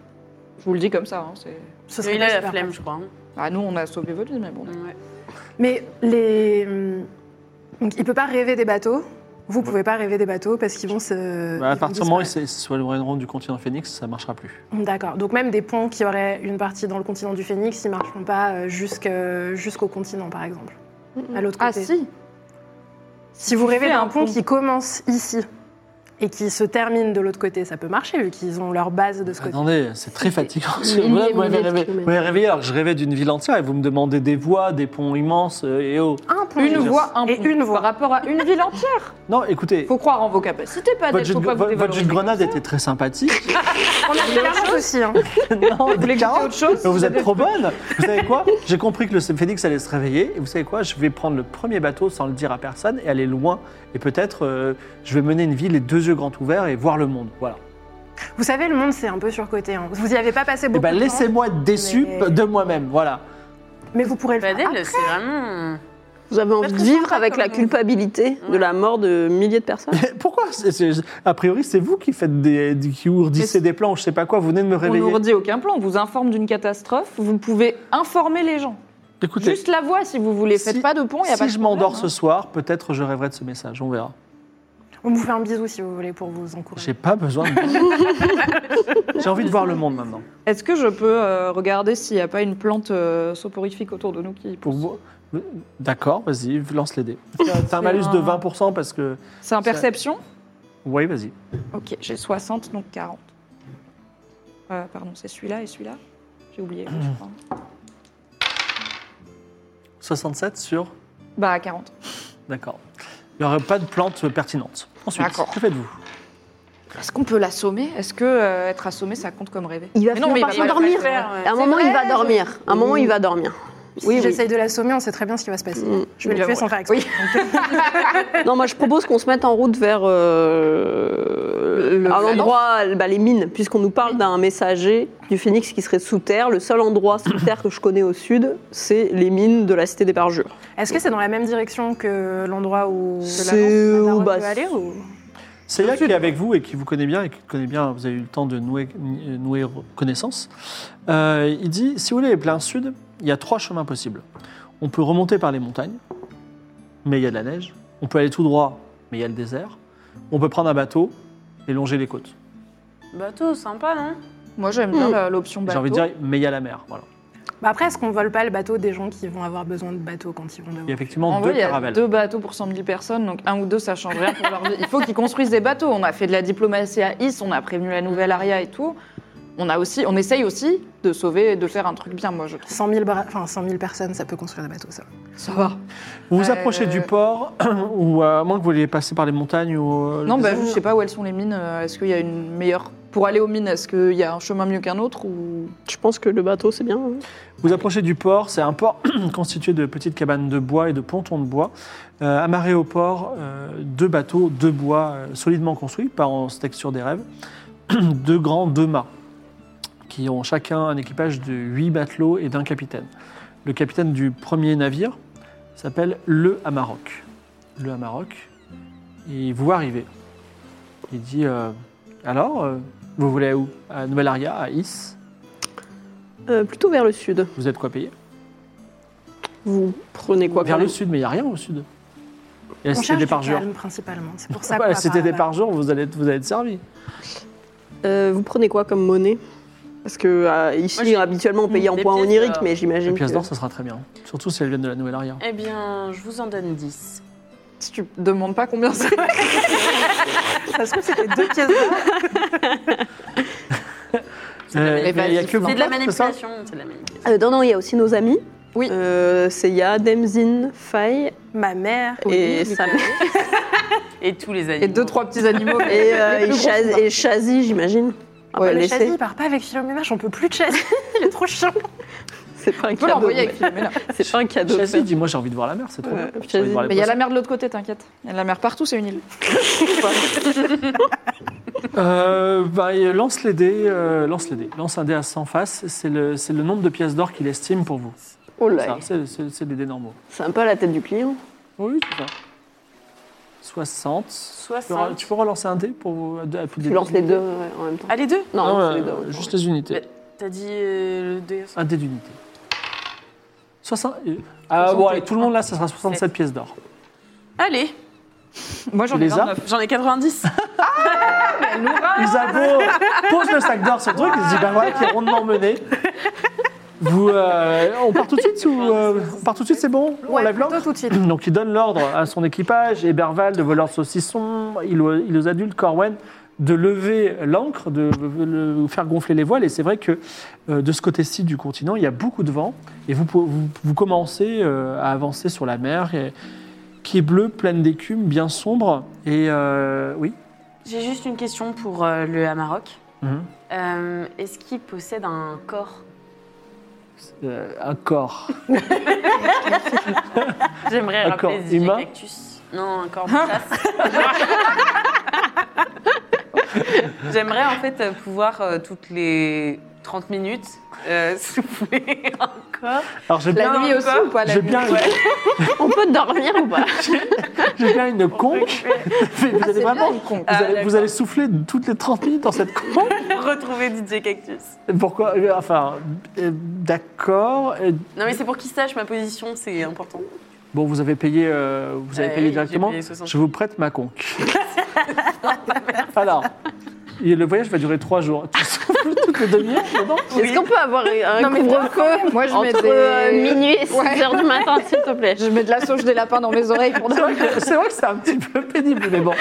Speaker 5: Je vous le dis comme ça. hein, c'est-
Speaker 4: Ce
Speaker 3: Mais
Speaker 4: serait
Speaker 3: Il a la
Speaker 4: super.
Speaker 3: flemme, je crois. hein.
Speaker 5: Ah, nous, on a sauvé votre vie, mais bon.
Speaker 3: Ouais.
Speaker 4: Mais les. hum, Donc, il peut pas rêver des bateaux. Vous pouvez pas rêver des bateaux parce qu'ils vont se.
Speaker 1: Bah, à
Speaker 4: ils vont
Speaker 1: partir du moment où ils
Speaker 4: disparaître.
Speaker 1: se se éloigneront du continent phénix, ça ne marchera plus.
Speaker 4: D'accord. Donc même des ponts qui auraient une partie dans le continent du Phénix, ils marcheront pas euh, jusqu'à- jusqu'au continent, par exemple, à l'autre côté.
Speaker 5: Ah, si
Speaker 4: Si vous
Speaker 5: Tu
Speaker 4: rêvez
Speaker 5: fais
Speaker 4: d'un
Speaker 5: un
Speaker 4: pont
Speaker 5: pont.
Speaker 4: qui commence ici et qui se termine de l'autre côté, ça peut marcher vu qu'ils ont leur base de ce côté.
Speaker 1: Attendez, c'est très fatigant. *laughs* ce-
Speaker 2: milliers,
Speaker 1: Voilà, vous m'avez
Speaker 2: milliers de
Speaker 1: réveillé, vous
Speaker 2: kilomètres.
Speaker 1: m'avez réveillé alors que je rêvais d'une ville entière et vous me demandez des voies, des ponts immenses euh, et oh.
Speaker 4: Un pont.
Speaker 5: Une voix, un
Speaker 4: Et
Speaker 5: pont.
Speaker 4: une voix.
Speaker 5: Par rapport à une
Speaker 4: *laughs*
Speaker 5: ville entière.
Speaker 1: Non, écoutez,
Speaker 5: Faut croire en vos capacités, pas
Speaker 1: votre
Speaker 5: d'être.
Speaker 1: jus,
Speaker 5: Faut
Speaker 1: de,
Speaker 5: pas vous
Speaker 1: votre- votre jus de
Speaker 5: dévaloriser.
Speaker 1: grenade était très sympathique.
Speaker 5: *laughs*
Speaker 4: On a fait la chose aussi. hein.
Speaker 1: non,
Speaker 5: Vous voulez
Speaker 1: des
Speaker 5: goûter
Speaker 1: carottes.
Speaker 5: autre chose
Speaker 1: Mais vous êtes
Speaker 5: des-
Speaker 1: trop bonne. Vous savez quoi J'ai compris que le Phénix allait se réveiller. Et vous savez quoi Je vais prendre le premier bateau sans le dire à personne et aller loin. Et peut-être, euh, je vais mener une vie les deux yeux grands ouverts et voir le monde. Voilà.
Speaker 4: Vous savez, le monde c'est un peu surcoté. hein. Vous y avez pas passé
Speaker 1: Et
Speaker 4: beaucoup
Speaker 1: ben,
Speaker 4: de temps,
Speaker 1: laissez-moi être déçu
Speaker 4: Mais-
Speaker 1: de moi-même. Voilà.
Speaker 4: mais vous pourrez le
Speaker 5: Bah,
Speaker 4: faire.
Speaker 3: Padel, c'est vraiment.
Speaker 2: Vous avez envie
Speaker 3: que
Speaker 2: de
Speaker 3: c'est
Speaker 2: vivre
Speaker 3: sympa
Speaker 2: avec
Speaker 3: comme
Speaker 2: la
Speaker 3: nom.
Speaker 2: culpabilité de
Speaker 3: Ouais.
Speaker 2: la mort de milliers de personnes
Speaker 1: *laughs* Pourquoi c'est- c'est- A priori, c'est vous qui faites des, qui ourdissez des plans ou je sais pas quoi. Vous venez de me
Speaker 5: On
Speaker 1: réveiller.
Speaker 5: nous redit aucun plan. On vous informe d'une catastrophe. Vous pouvez informer les gens.
Speaker 1: Écoutez,
Speaker 5: Juste la voix, si vous voulez. Faites
Speaker 1: Si-
Speaker 5: pas de pont. y a pas
Speaker 1: si
Speaker 5: de
Speaker 1: je
Speaker 5: problème,
Speaker 1: m'endors
Speaker 5: hein.
Speaker 1: ce soir, peut-être je rêverai de ce message. On verra.
Speaker 4: Ah, On vous fait un bisou si vous voulez pour vous
Speaker 1: J'ai
Speaker 4: encourager.
Speaker 1: pas besoin.
Speaker 5: *laughs*
Speaker 1: de- J'ai envie de voir le monde maintenant.
Speaker 5: Est-ce que je peux euh, regarder s'il n'y a pas une plante euh, soporifique autour de nous qui
Speaker 1: Pour vous. D'accord, vas-y, lance les dés. C'est un malus de 20% parce que.
Speaker 5: C'est en perception
Speaker 1: Oui, vas-y.
Speaker 5: Ok, j'ai 60, donc 40. Euh, pardon, c'est celui-là et celui-là J'ai oublié, je
Speaker 1: Euh.
Speaker 5: crois.
Speaker 1: 67 sur.
Speaker 5: Bah, 40.
Speaker 1: D'accord. Il n'y aurait pas de plante pertinente. Ensuite,
Speaker 5: D'accord.
Speaker 1: que faites-vous
Speaker 5: Est-ce qu'on peut l'assommer Est-ce que euh, être assommé, ça compte comme rêver
Speaker 2: Il va
Speaker 5: Mais
Speaker 2: finir par
Speaker 5: va pas le
Speaker 2: s'endormir.
Speaker 5: faire, ouais.
Speaker 2: À un moment,
Speaker 5: C'est
Speaker 2: il va
Speaker 5: vrai, Mm.
Speaker 2: dormir. À un moment, il va dormir.
Speaker 4: Si
Speaker 5: oui, oui.
Speaker 4: j'essaye de l'assommer, on sait très bien ce qui va se passer.
Speaker 2: Mm.
Speaker 4: Je vais
Speaker 5: Il
Speaker 4: le
Speaker 5: va
Speaker 4: tuer sans
Speaker 5: mourir.
Speaker 4: faire exprès.
Speaker 2: Non, moi je propose qu'on se mette en route vers euh,
Speaker 5: Le-
Speaker 2: à l'endroit, bah, les mines, puisqu'on nous parle d'un messager du phénix qui serait sous terre. Le seul endroit sous terre que je connais au sud, c'est les mines de la cité des parjures.
Speaker 4: Est-ce que c'est dans la même direction que l'endroit où
Speaker 2: C'est
Speaker 4: où
Speaker 2: où, bah,
Speaker 4: aller ou...
Speaker 1: C'est là qui est avec vous et qui vous connaît bien et qui connaît bien, vous avez eu le temps de nouer, nouer connaissance. Euh, il dit si vous voulez les pleins sud, il y a trois chemins possibles. On peut remonter par les montagnes, mais il y a de la neige. On peut aller tout droit, mais il y a le désert. On peut prendre un bateau et longer les côtes.
Speaker 3: Bateau, sympa, non
Speaker 5: Moi, j'aime bien la- l'option bateau.
Speaker 1: J'ai envie de dire, mais il y a la mer. Voilà.
Speaker 4: Bah après, est-ce qu'on vole pas le bateau des gens qui vont avoir besoin de bateaux quand ils vont
Speaker 1: Il y a
Speaker 4: devoir
Speaker 1: effectivement
Speaker 5: En vrai,
Speaker 1: deux
Speaker 5: il y a
Speaker 1: caravelles.
Speaker 5: deux bateaux pour 100 000 personnes, donc un ou deux, ça change rien pour leur vie. Il faut qu'ils construisent des bateaux. On a fait de la diplomatie à Is, on a prévenu la nouvelle Aria et tout. On, a aussi, on essaye aussi de sauver, de faire un truc bien, moi, je trouve.
Speaker 4: 100 000, bra- enfin, 100 000 personnes, ça peut construire des bateaux, ça.
Speaker 5: Ça va.
Speaker 1: Vous vous
Speaker 5: Euh,
Speaker 1: approchez du port, *clears throat* ou euh, à moins que vous vouliez passer par les montagnes ou. euh, le
Speaker 5: Non, bah,
Speaker 1: désert.
Speaker 5: je sais pas où elles sont les mines. Euh, Est-ce qu'il y a une meilleure. Pour aller aux mines, est-ce qu'il y a un chemin mieux qu'un autre ou...
Speaker 2: Je pense que le bateau, c'est bien. hein.
Speaker 1: Vous approchez du port, c'est un port *clears throat* constitué de petites cabanes de bois et de pontons de bois. Euh, amarrés au port, euh, deux bateaux de *clears throat* bois euh, solidement construits, par en texture des rêves, deux grands, deux mâts. qui ont chacun un équipage de 8 matelots et d'un capitaine. Le capitaine du premier navire s'appelle Le Amarok. Le Amarok, il vous voit arriver. Il dit euh, Alors, euh, vous voulez aller où À Nouvelle-Aria, à Is
Speaker 2: Euh, plutôt vers le sud.
Speaker 1: Vous êtes quoi payé
Speaker 2: Vous prenez quoi
Speaker 1: Vers
Speaker 2: comme-
Speaker 1: le sud, mais il n'y a rien au sud. Et là,
Speaker 4: On
Speaker 1: c'était
Speaker 4: cherche
Speaker 1: des
Speaker 4: du
Speaker 1: parjures.
Speaker 4: calme, principalement. C'est pour ça
Speaker 1: Ouais,
Speaker 4: qu'on va
Speaker 1: c'était
Speaker 4: par
Speaker 1: des
Speaker 4: là-bas.
Speaker 1: parjures, vous allez être, vous allez être servi.
Speaker 2: Euh, vous prenez quoi comme monnaie Parce que
Speaker 3: Moi,
Speaker 2: euh, ici,
Speaker 3: j'ai-
Speaker 2: habituellement, on paye en
Speaker 3: Des
Speaker 2: points
Speaker 3: pièces,
Speaker 2: oniriques,
Speaker 3: euh,
Speaker 2: mais
Speaker 1: Les
Speaker 2: j'imagine.
Speaker 1: pièces
Speaker 2: que-
Speaker 1: d'or, ça sera très bien. Surtout si elles viennent de la Nouvelle-Aria.
Speaker 3: Eh bien, je vous en donne 10.
Speaker 5: Si tu demandes pas combien c'est.
Speaker 4: Ça se trouve, c'était deux pièces d'or.
Speaker 1: Euh,
Speaker 5: manip-
Speaker 1: mais il y a que vous
Speaker 3: C'est de la
Speaker 1: quatre, c'est ça
Speaker 3: manipulation, c'est de la manipulation.
Speaker 2: Euh, non, non, il y a aussi nos amis.
Speaker 5: Oui.
Speaker 2: Euh, Seiya, Demzin, Fai
Speaker 4: *laughs* Ma mère.
Speaker 2: et
Speaker 5: Oli,
Speaker 2: sa mère.
Speaker 3: Et tous les animaux.
Speaker 5: Et deux, trois petits animaux.
Speaker 2: Et,
Speaker 5: mais *laughs*
Speaker 2: euh,
Speaker 5: les
Speaker 2: et,
Speaker 5: plus gros
Speaker 2: Shaz-
Speaker 5: sont pas.
Speaker 2: et Shazi, j'imagine. On va
Speaker 5: Ouais,
Speaker 2: pas
Speaker 4: Le
Speaker 2: le
Speaker 4: Chazy,
Speaker 2: laisser.
Speaker 4: il part pas avec Philomena, j'en peux plus de Chazy. Il est trop chiant.
Speaker 2: C'est pas un
Speaker 5: On peut
Speaker 2: cadeau.
Speaker 5: l'envoyer avec
Speaker 2: mais-
Speaker 5: Philomena.
Speaker 2: C'est pas un cadeau.
Speaker 1: Chassis dit Moi, j'ai envie de voir la mer, c'est trop
Speaker 2: Ouais,
Speaker 1: bien. J'ai
Speaker 2: Chassis
Speaker 1: envie de voir les
Speaker 5: Mais il y a
Speaker 1: poissons.
Speaker 5: la mer de l'autre côté, t'inquiète. Il y a de la mer partout, c'est une île.
Speaker 1: Euh, bah, et lance les dés, euh, lance les dés, lance un dé à 100 faces. C'est le, c'est le nombre de pièces d'or qu'il estime pour vous.
Speaker 2: Oh
Speaker 1: Ça,
Speaker 2: là,
Speaker 1: C'est c'est- c'est des dés normaux.
Speaker 2: c'est un peu à la tête du client.
Speaker 1: Oui, c'est ça. 60. Tu peux,
Speaker 3: 60.
Speaker 1: tu peux relancer un dé pour à deux- à plus de
Speaker 2: Tu
Speaker 1: dés.
Speaker 2: lances les deux ouais, en même temps.
Speaker 3: Ah, les deux
Speaker 2: Non,
Speaker 1: Non,
Speaker 2: c'est les
Speaker 1: euh,
Speaker 2: deux, ouais.
Speaker 1: juste les unités.
Speaker 3: Mais- T'as dit euh, le deux.
Speaker 1: Un dé d'unité. 60. euh, Ah, bon, allez, tout le monde là, ça sera 67 pièces d'or.
Speaker 3: Allez,
Speaker 5: Moi, j'en
Speaker 1: Tu
Speaker 5: ai
Speaker 1: les as
Speaker 5: 29.
Speaker 3: j'en ai 90.
Speaker 1: Isabeau pose le sac d'or sur le truc, il se dit bah voilà qui est rondement mené. Vous, euh, on part tout de suite ou euh, on part tout de suite c'est bon On
Speaker 4: Ouais,
Speaker 1: lève
Speaker 4: plutôt
Speaker 1: l'ancre
Speaker 4: tout de suite.
Speaker 1: *clears throat* Donc il donne l'ordre à son équipage, Eberval, de voleurs de saucissons, il, aux- il aux adultes, Corwen, de lever l'ancre, de le- faire gonfler les voiles. Et c'est vrai que euh, de ce côté-ci du continent, il y a beaucoup de vent. Et vous, pou- vous, vous commencez euh, à avancer sur la mer, et- qui est bleue, pleine d'écume, bien sombre. Et euh, oui.
Speaker 3: *laughs* J'ai juste une question pour euh, le Amarok.
Speaker 1: Mhm.
Speaker 3: Euh, Est-ce qu'il possède un corps
Speaker 1: Euh, un corps.
Speaker 3: J'aimerais Hein?
Speaker 1: Un
Speaker 3: rappeler
Speaker 1: corps
Speaker 3: des
Speaker 1: humain
Speaker 3: cactus. Non, un corps de *laughs* chasse. J'aimerais en fait euh, pouvoir euh, toutes les 30 minutes euh, *laughs* souffler un corps.
Speaker 1: Alors j'ai
Speaker 5: La
Speaker 1: bien,
Speaker 5: nuit aussi ou pas la
Speaker 1: j'ai
Speaker 5: nuit
Speaker 1: bien, *laughs*
Speaker 2: On peut dormir ou pas
Speaker 1: j'ai bien une conque. *laughs* Mais vous allez vraiment,
Speaker 5: une conque.
Speaker 1: vous,
Speaker 3: Ah,
Speaker 1: allez, vous
Speaker 3: d'accord.
Speaker 1: allez souffler toutes les 30 minutes dans cette conque.
Speaker 3: Retrouver DJ Cactus.
Speaker 1: Pourquoi euh, Enfin, euh, d'accord. Euh,
Speaker 3: Non, mais c'est pour qu'il sache ma position, c'est important.
Speaker 1: Bon, vous avez payé, euh, vous avez
Speaker 3: Ouais,
Speaker 1: payé
Speaker 3: j'ai
Speaker 1: directement.
Speaker 3: payé 60.
Speaker 1: Je vous prête ma conque. Alors, et le voyage va durer trois jours. *laughs* Tu souffles toutes les demi-heures dedans
Speaker 2: Est-ce qu'on peut avoir un
Speaker 5: Non, mais
Speaker 2: couvre-feu
Speaker 5: Moi, je mets
Speaker 2: entre
Speaker 5: des-
Speaker 2: euh, minuit et 6
Speaker 5: Ouais.
Speaker 2: heures du matin, s'il te plaît
Speaker 5: Je mets de la sauge des lapins dans mes oreilles pour
Speaker 1: C'est *laughs*
Speaker 5: dormir.
Speaker 1: vrai que c'est vrai que c'est un petit peu pénible, mais bon.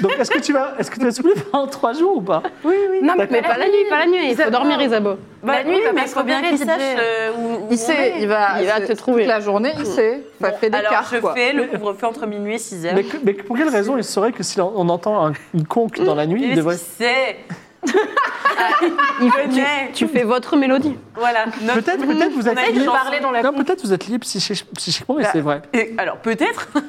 Speaker 1: Donc, est-ce que tu vas, est-ce que tu vas souffler pendant trois jours ou pas
Speaker 4: Non, mais,
Speaker 2: Mais pas la nuit, pas la nuit, il faut
Speaker 4: Isabelle.
Speaker 2: dormir Isabeau.
Speaker 4: La nuit,
Speaker 3: Bah oui,
Speaker 4: il va
Speaker 3: mais
Speaker 4: pas
Speaker 3: il
Speaker 4: se
Speaker 3: faut bien
Speaker 4: repérer,
Speaker 3: qu'il
Speaker 4: DJ.
Speaker 3: sache euh, où, où
Speaker 5: Il
Speaker 3: on
Speaker 5: sait,
Speaker 3: est.
Speaker 5: il va,
Speaker 2: Il va
Speaker 5: c'est-
Speaker 2: te trouver.
Speaker 5: Toute la journée, il sait. Ça fait des
Speaker 3: Alors,
Speaker 5: quarts,
Speaker 3: je
Speaker 5: quoi.
Speaker 3: fais le couvre-feu entre minuit et 6 heures.
Speaker 1: mais, que- mais pour quelle raison il serait que si on entend un- une conque dans la nuit,
Speaker 3: Il
Speaker 1: il devrait.
Speaker 3: sait.
Speaker 2: Il
Speaker 1: Ah,
Speaker 2: faut- tu,
Speaker 3: connaît.
Speaker 2: tu fais votre mélodie.
Speaker 3: Voilà. notre-
Speaker 1: Peut-être, peut-être vous
Speaker 3: On a
Speaker 1: êtes
Speaker 3: une
Speaker 1: lié.
Speaker 3: chance.
Speaker 4: dans la
Speaker 1: Non, peut-être vous êtes lié psychi- psychiquement, mais
Speaker 3: Bah,
Speaker 1: c'est vrai.
Speaker 3: Et-
Speaker 1: *laughs*
Speaker 3: alors peut-être. Ça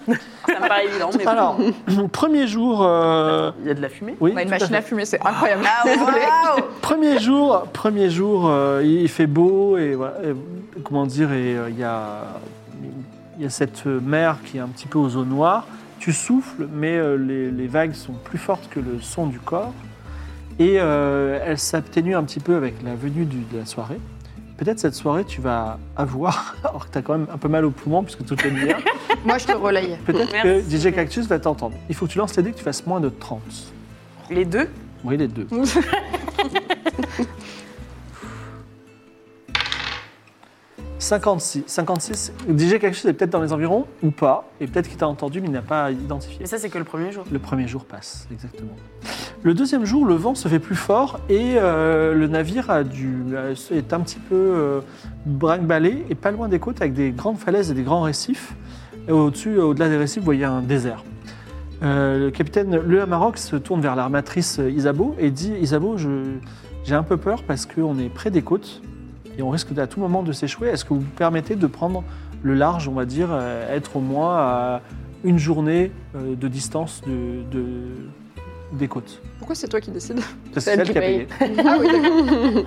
Speaker 3: me paraît évident, mais bon.
Speaker 1: Alors, *laughs* premier jour. euh,
Speaker 3: il y a de la fumée.
Speaker 1: Oui,
Speaker 5: On a une
Speaker 1: tout à
Speaker 5: machine à
Speaker 1: fait.
Speaker 5: fumer, c'est incroyable.
Speaker 3: *laughs* Ah waouh
Speaker 1: Premier jour, premier jour, euh, il fait beau et, voilà, et, comment dire, et euh, il y a, il y a cette mer qui est un petit peu aux eaux noires. Tu souffles, mais euh, les, les vagues sont plus fortes que le son du corps et euh, elles s'atténuent un petit peu avec la venue du- de la soirée. Peut-être cette soirée, tu vas avoir, *laughs* alors que tu as quand même un peu mal au poumon puisque toute la
Speaker 5: *laughs*
Speaker 1: nuit.
Speaker 5: Moi, je te relaye.
Speaker 1: Peut-être que
Speaker 3: Merci.
Speaker 1: DJ euh, Cactus va t'entendre. Il faut que tu lances les dés que tu fasses moins de 30.
Speaker 3: Les deux.
Speaker 1: Oui, les *laughs* deux. « 56, 56. DJ Cactus est peut-être dans les environs ou pas, et peut-être qu'il t'a entendu mais il n'a pas identifié.
Speaker 3: Mais ça c'est que le premier jour.
Speaker 1: Le premier jour passe, exactement. Le deuxième jour, le vent se fait plus fort et euh, le navire a dû, euh, est un petit peu euh, brinque-ballé et pas loin des côtes avec des grandes falaises et des grands récifs. Et Au-dessus, euh, au-delà des récifs, vous voyez un désert. Euh, le capitaine Le Hamaroc se tourne vers l'armatrice euh, Isabeau et dit Isabeau, je, j'ai un peu peur parce qu'on est près des côtes et on risque à tout moment de s'échouer. Est-ce que vous me permettez de prendre le large, on va dire, euh, être au moins à une journée euh, de distance de, de, des côtes.
Speaker 5: Pourquoi c'est toi qui décides
Speaker 1: Ça, C'est
Speaker 6: Celle
Speaker 1: celle
Speaker 6: qui
Speaker 1: qui a
Speaker 6: paye.
Speaker 1: payé.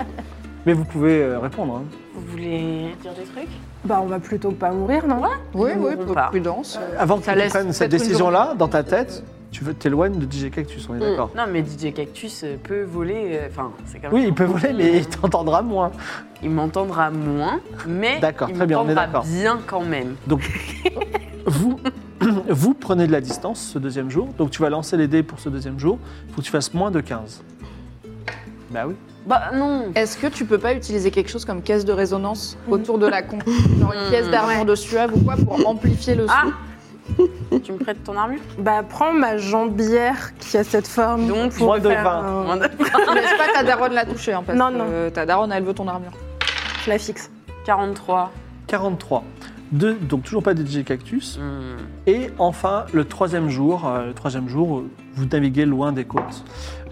Speaker 1: Mais vous pouvez euh, répondre. hein.
Speaker 3: Vous voulez dire des trucs
Speaker 4: Bah, on va plutôt pas mourir, non
Speaker 5: Oui, oui,
Speaker 3: mourrons pas.
Speaker 5: prudence.
Speaker 4: Euh.
Speaker 1: Avant que
Speaker 5: Euh, Ça
Speaker 1: tu
Speaker 5: laisse
Speaker 1: prennes cette
Speaker 5: peut-être une
Speaker 1: décision-là,
Speaker 5: journée.
Speaker 1: dans ta tête, tu veux t'éloignes de DJ Cactus, on est
Speaker 2: Mm.
Speaker 1: d'accord
Speaker 3: Non, mais DJ Cactus euh, peut voler. euh, Enfin, c'est quand même. euh,
Speaker 1: Oui, il peut voler, mais il t'entendra moins.
Speaker 3: Il m'entendra moins, mais
Speaker 1: D'accord,
Speaker 3: il
Speaker 1: très bien, on est
Speaker 3: m'entendra
Speaker 1: d'accord.
Speaker 3: bien quand même.
Speaker 1: Vous, *coughs* vous prenez de la distance ce deuxième jour, donc tu vas lancer les dés pour ce deuxième jour. Il faut que tu fasses moins de 15. Bah oui.
Speaker 3: Bah non
Speaker 5: Est-ce que tu peux pas utiliser quelque chose comme caisse de résonance autour de *laughs* la con Genre une
Speaker 4: Mm.
Speaker 5: pièce d'armure de suave ou quoi pour amplifier le son
Speaker 3: Ah Tu me prêtes ton armure
Speaker 4: Bah, prends ma jambière qui a cette forme.
Speaker 3: Donc,
Speaker 4: pour
Speaker 1: moins de
Speaker 4: faire
Speaker 1: 20.
Speaker 4: un-
Speaker 5: Laisse pas ta daronne la toucher, hein, parce
Speaker 4: Non,
Speaker 5: que
Speaker 4: non.
Speaker 5: euh, ta daronne, elle veut ton armure.
Speaker 4: Je la fixe.
Speaker 3: 43.
Speaker 1: 43. Deux, donc toujours pas de DJ Cactus.
Speaker 3: Hmm.
Speaker 1: Et enfin, le troisième jour, euh, le troisième jour, euh, vous naviguez loin des côtes.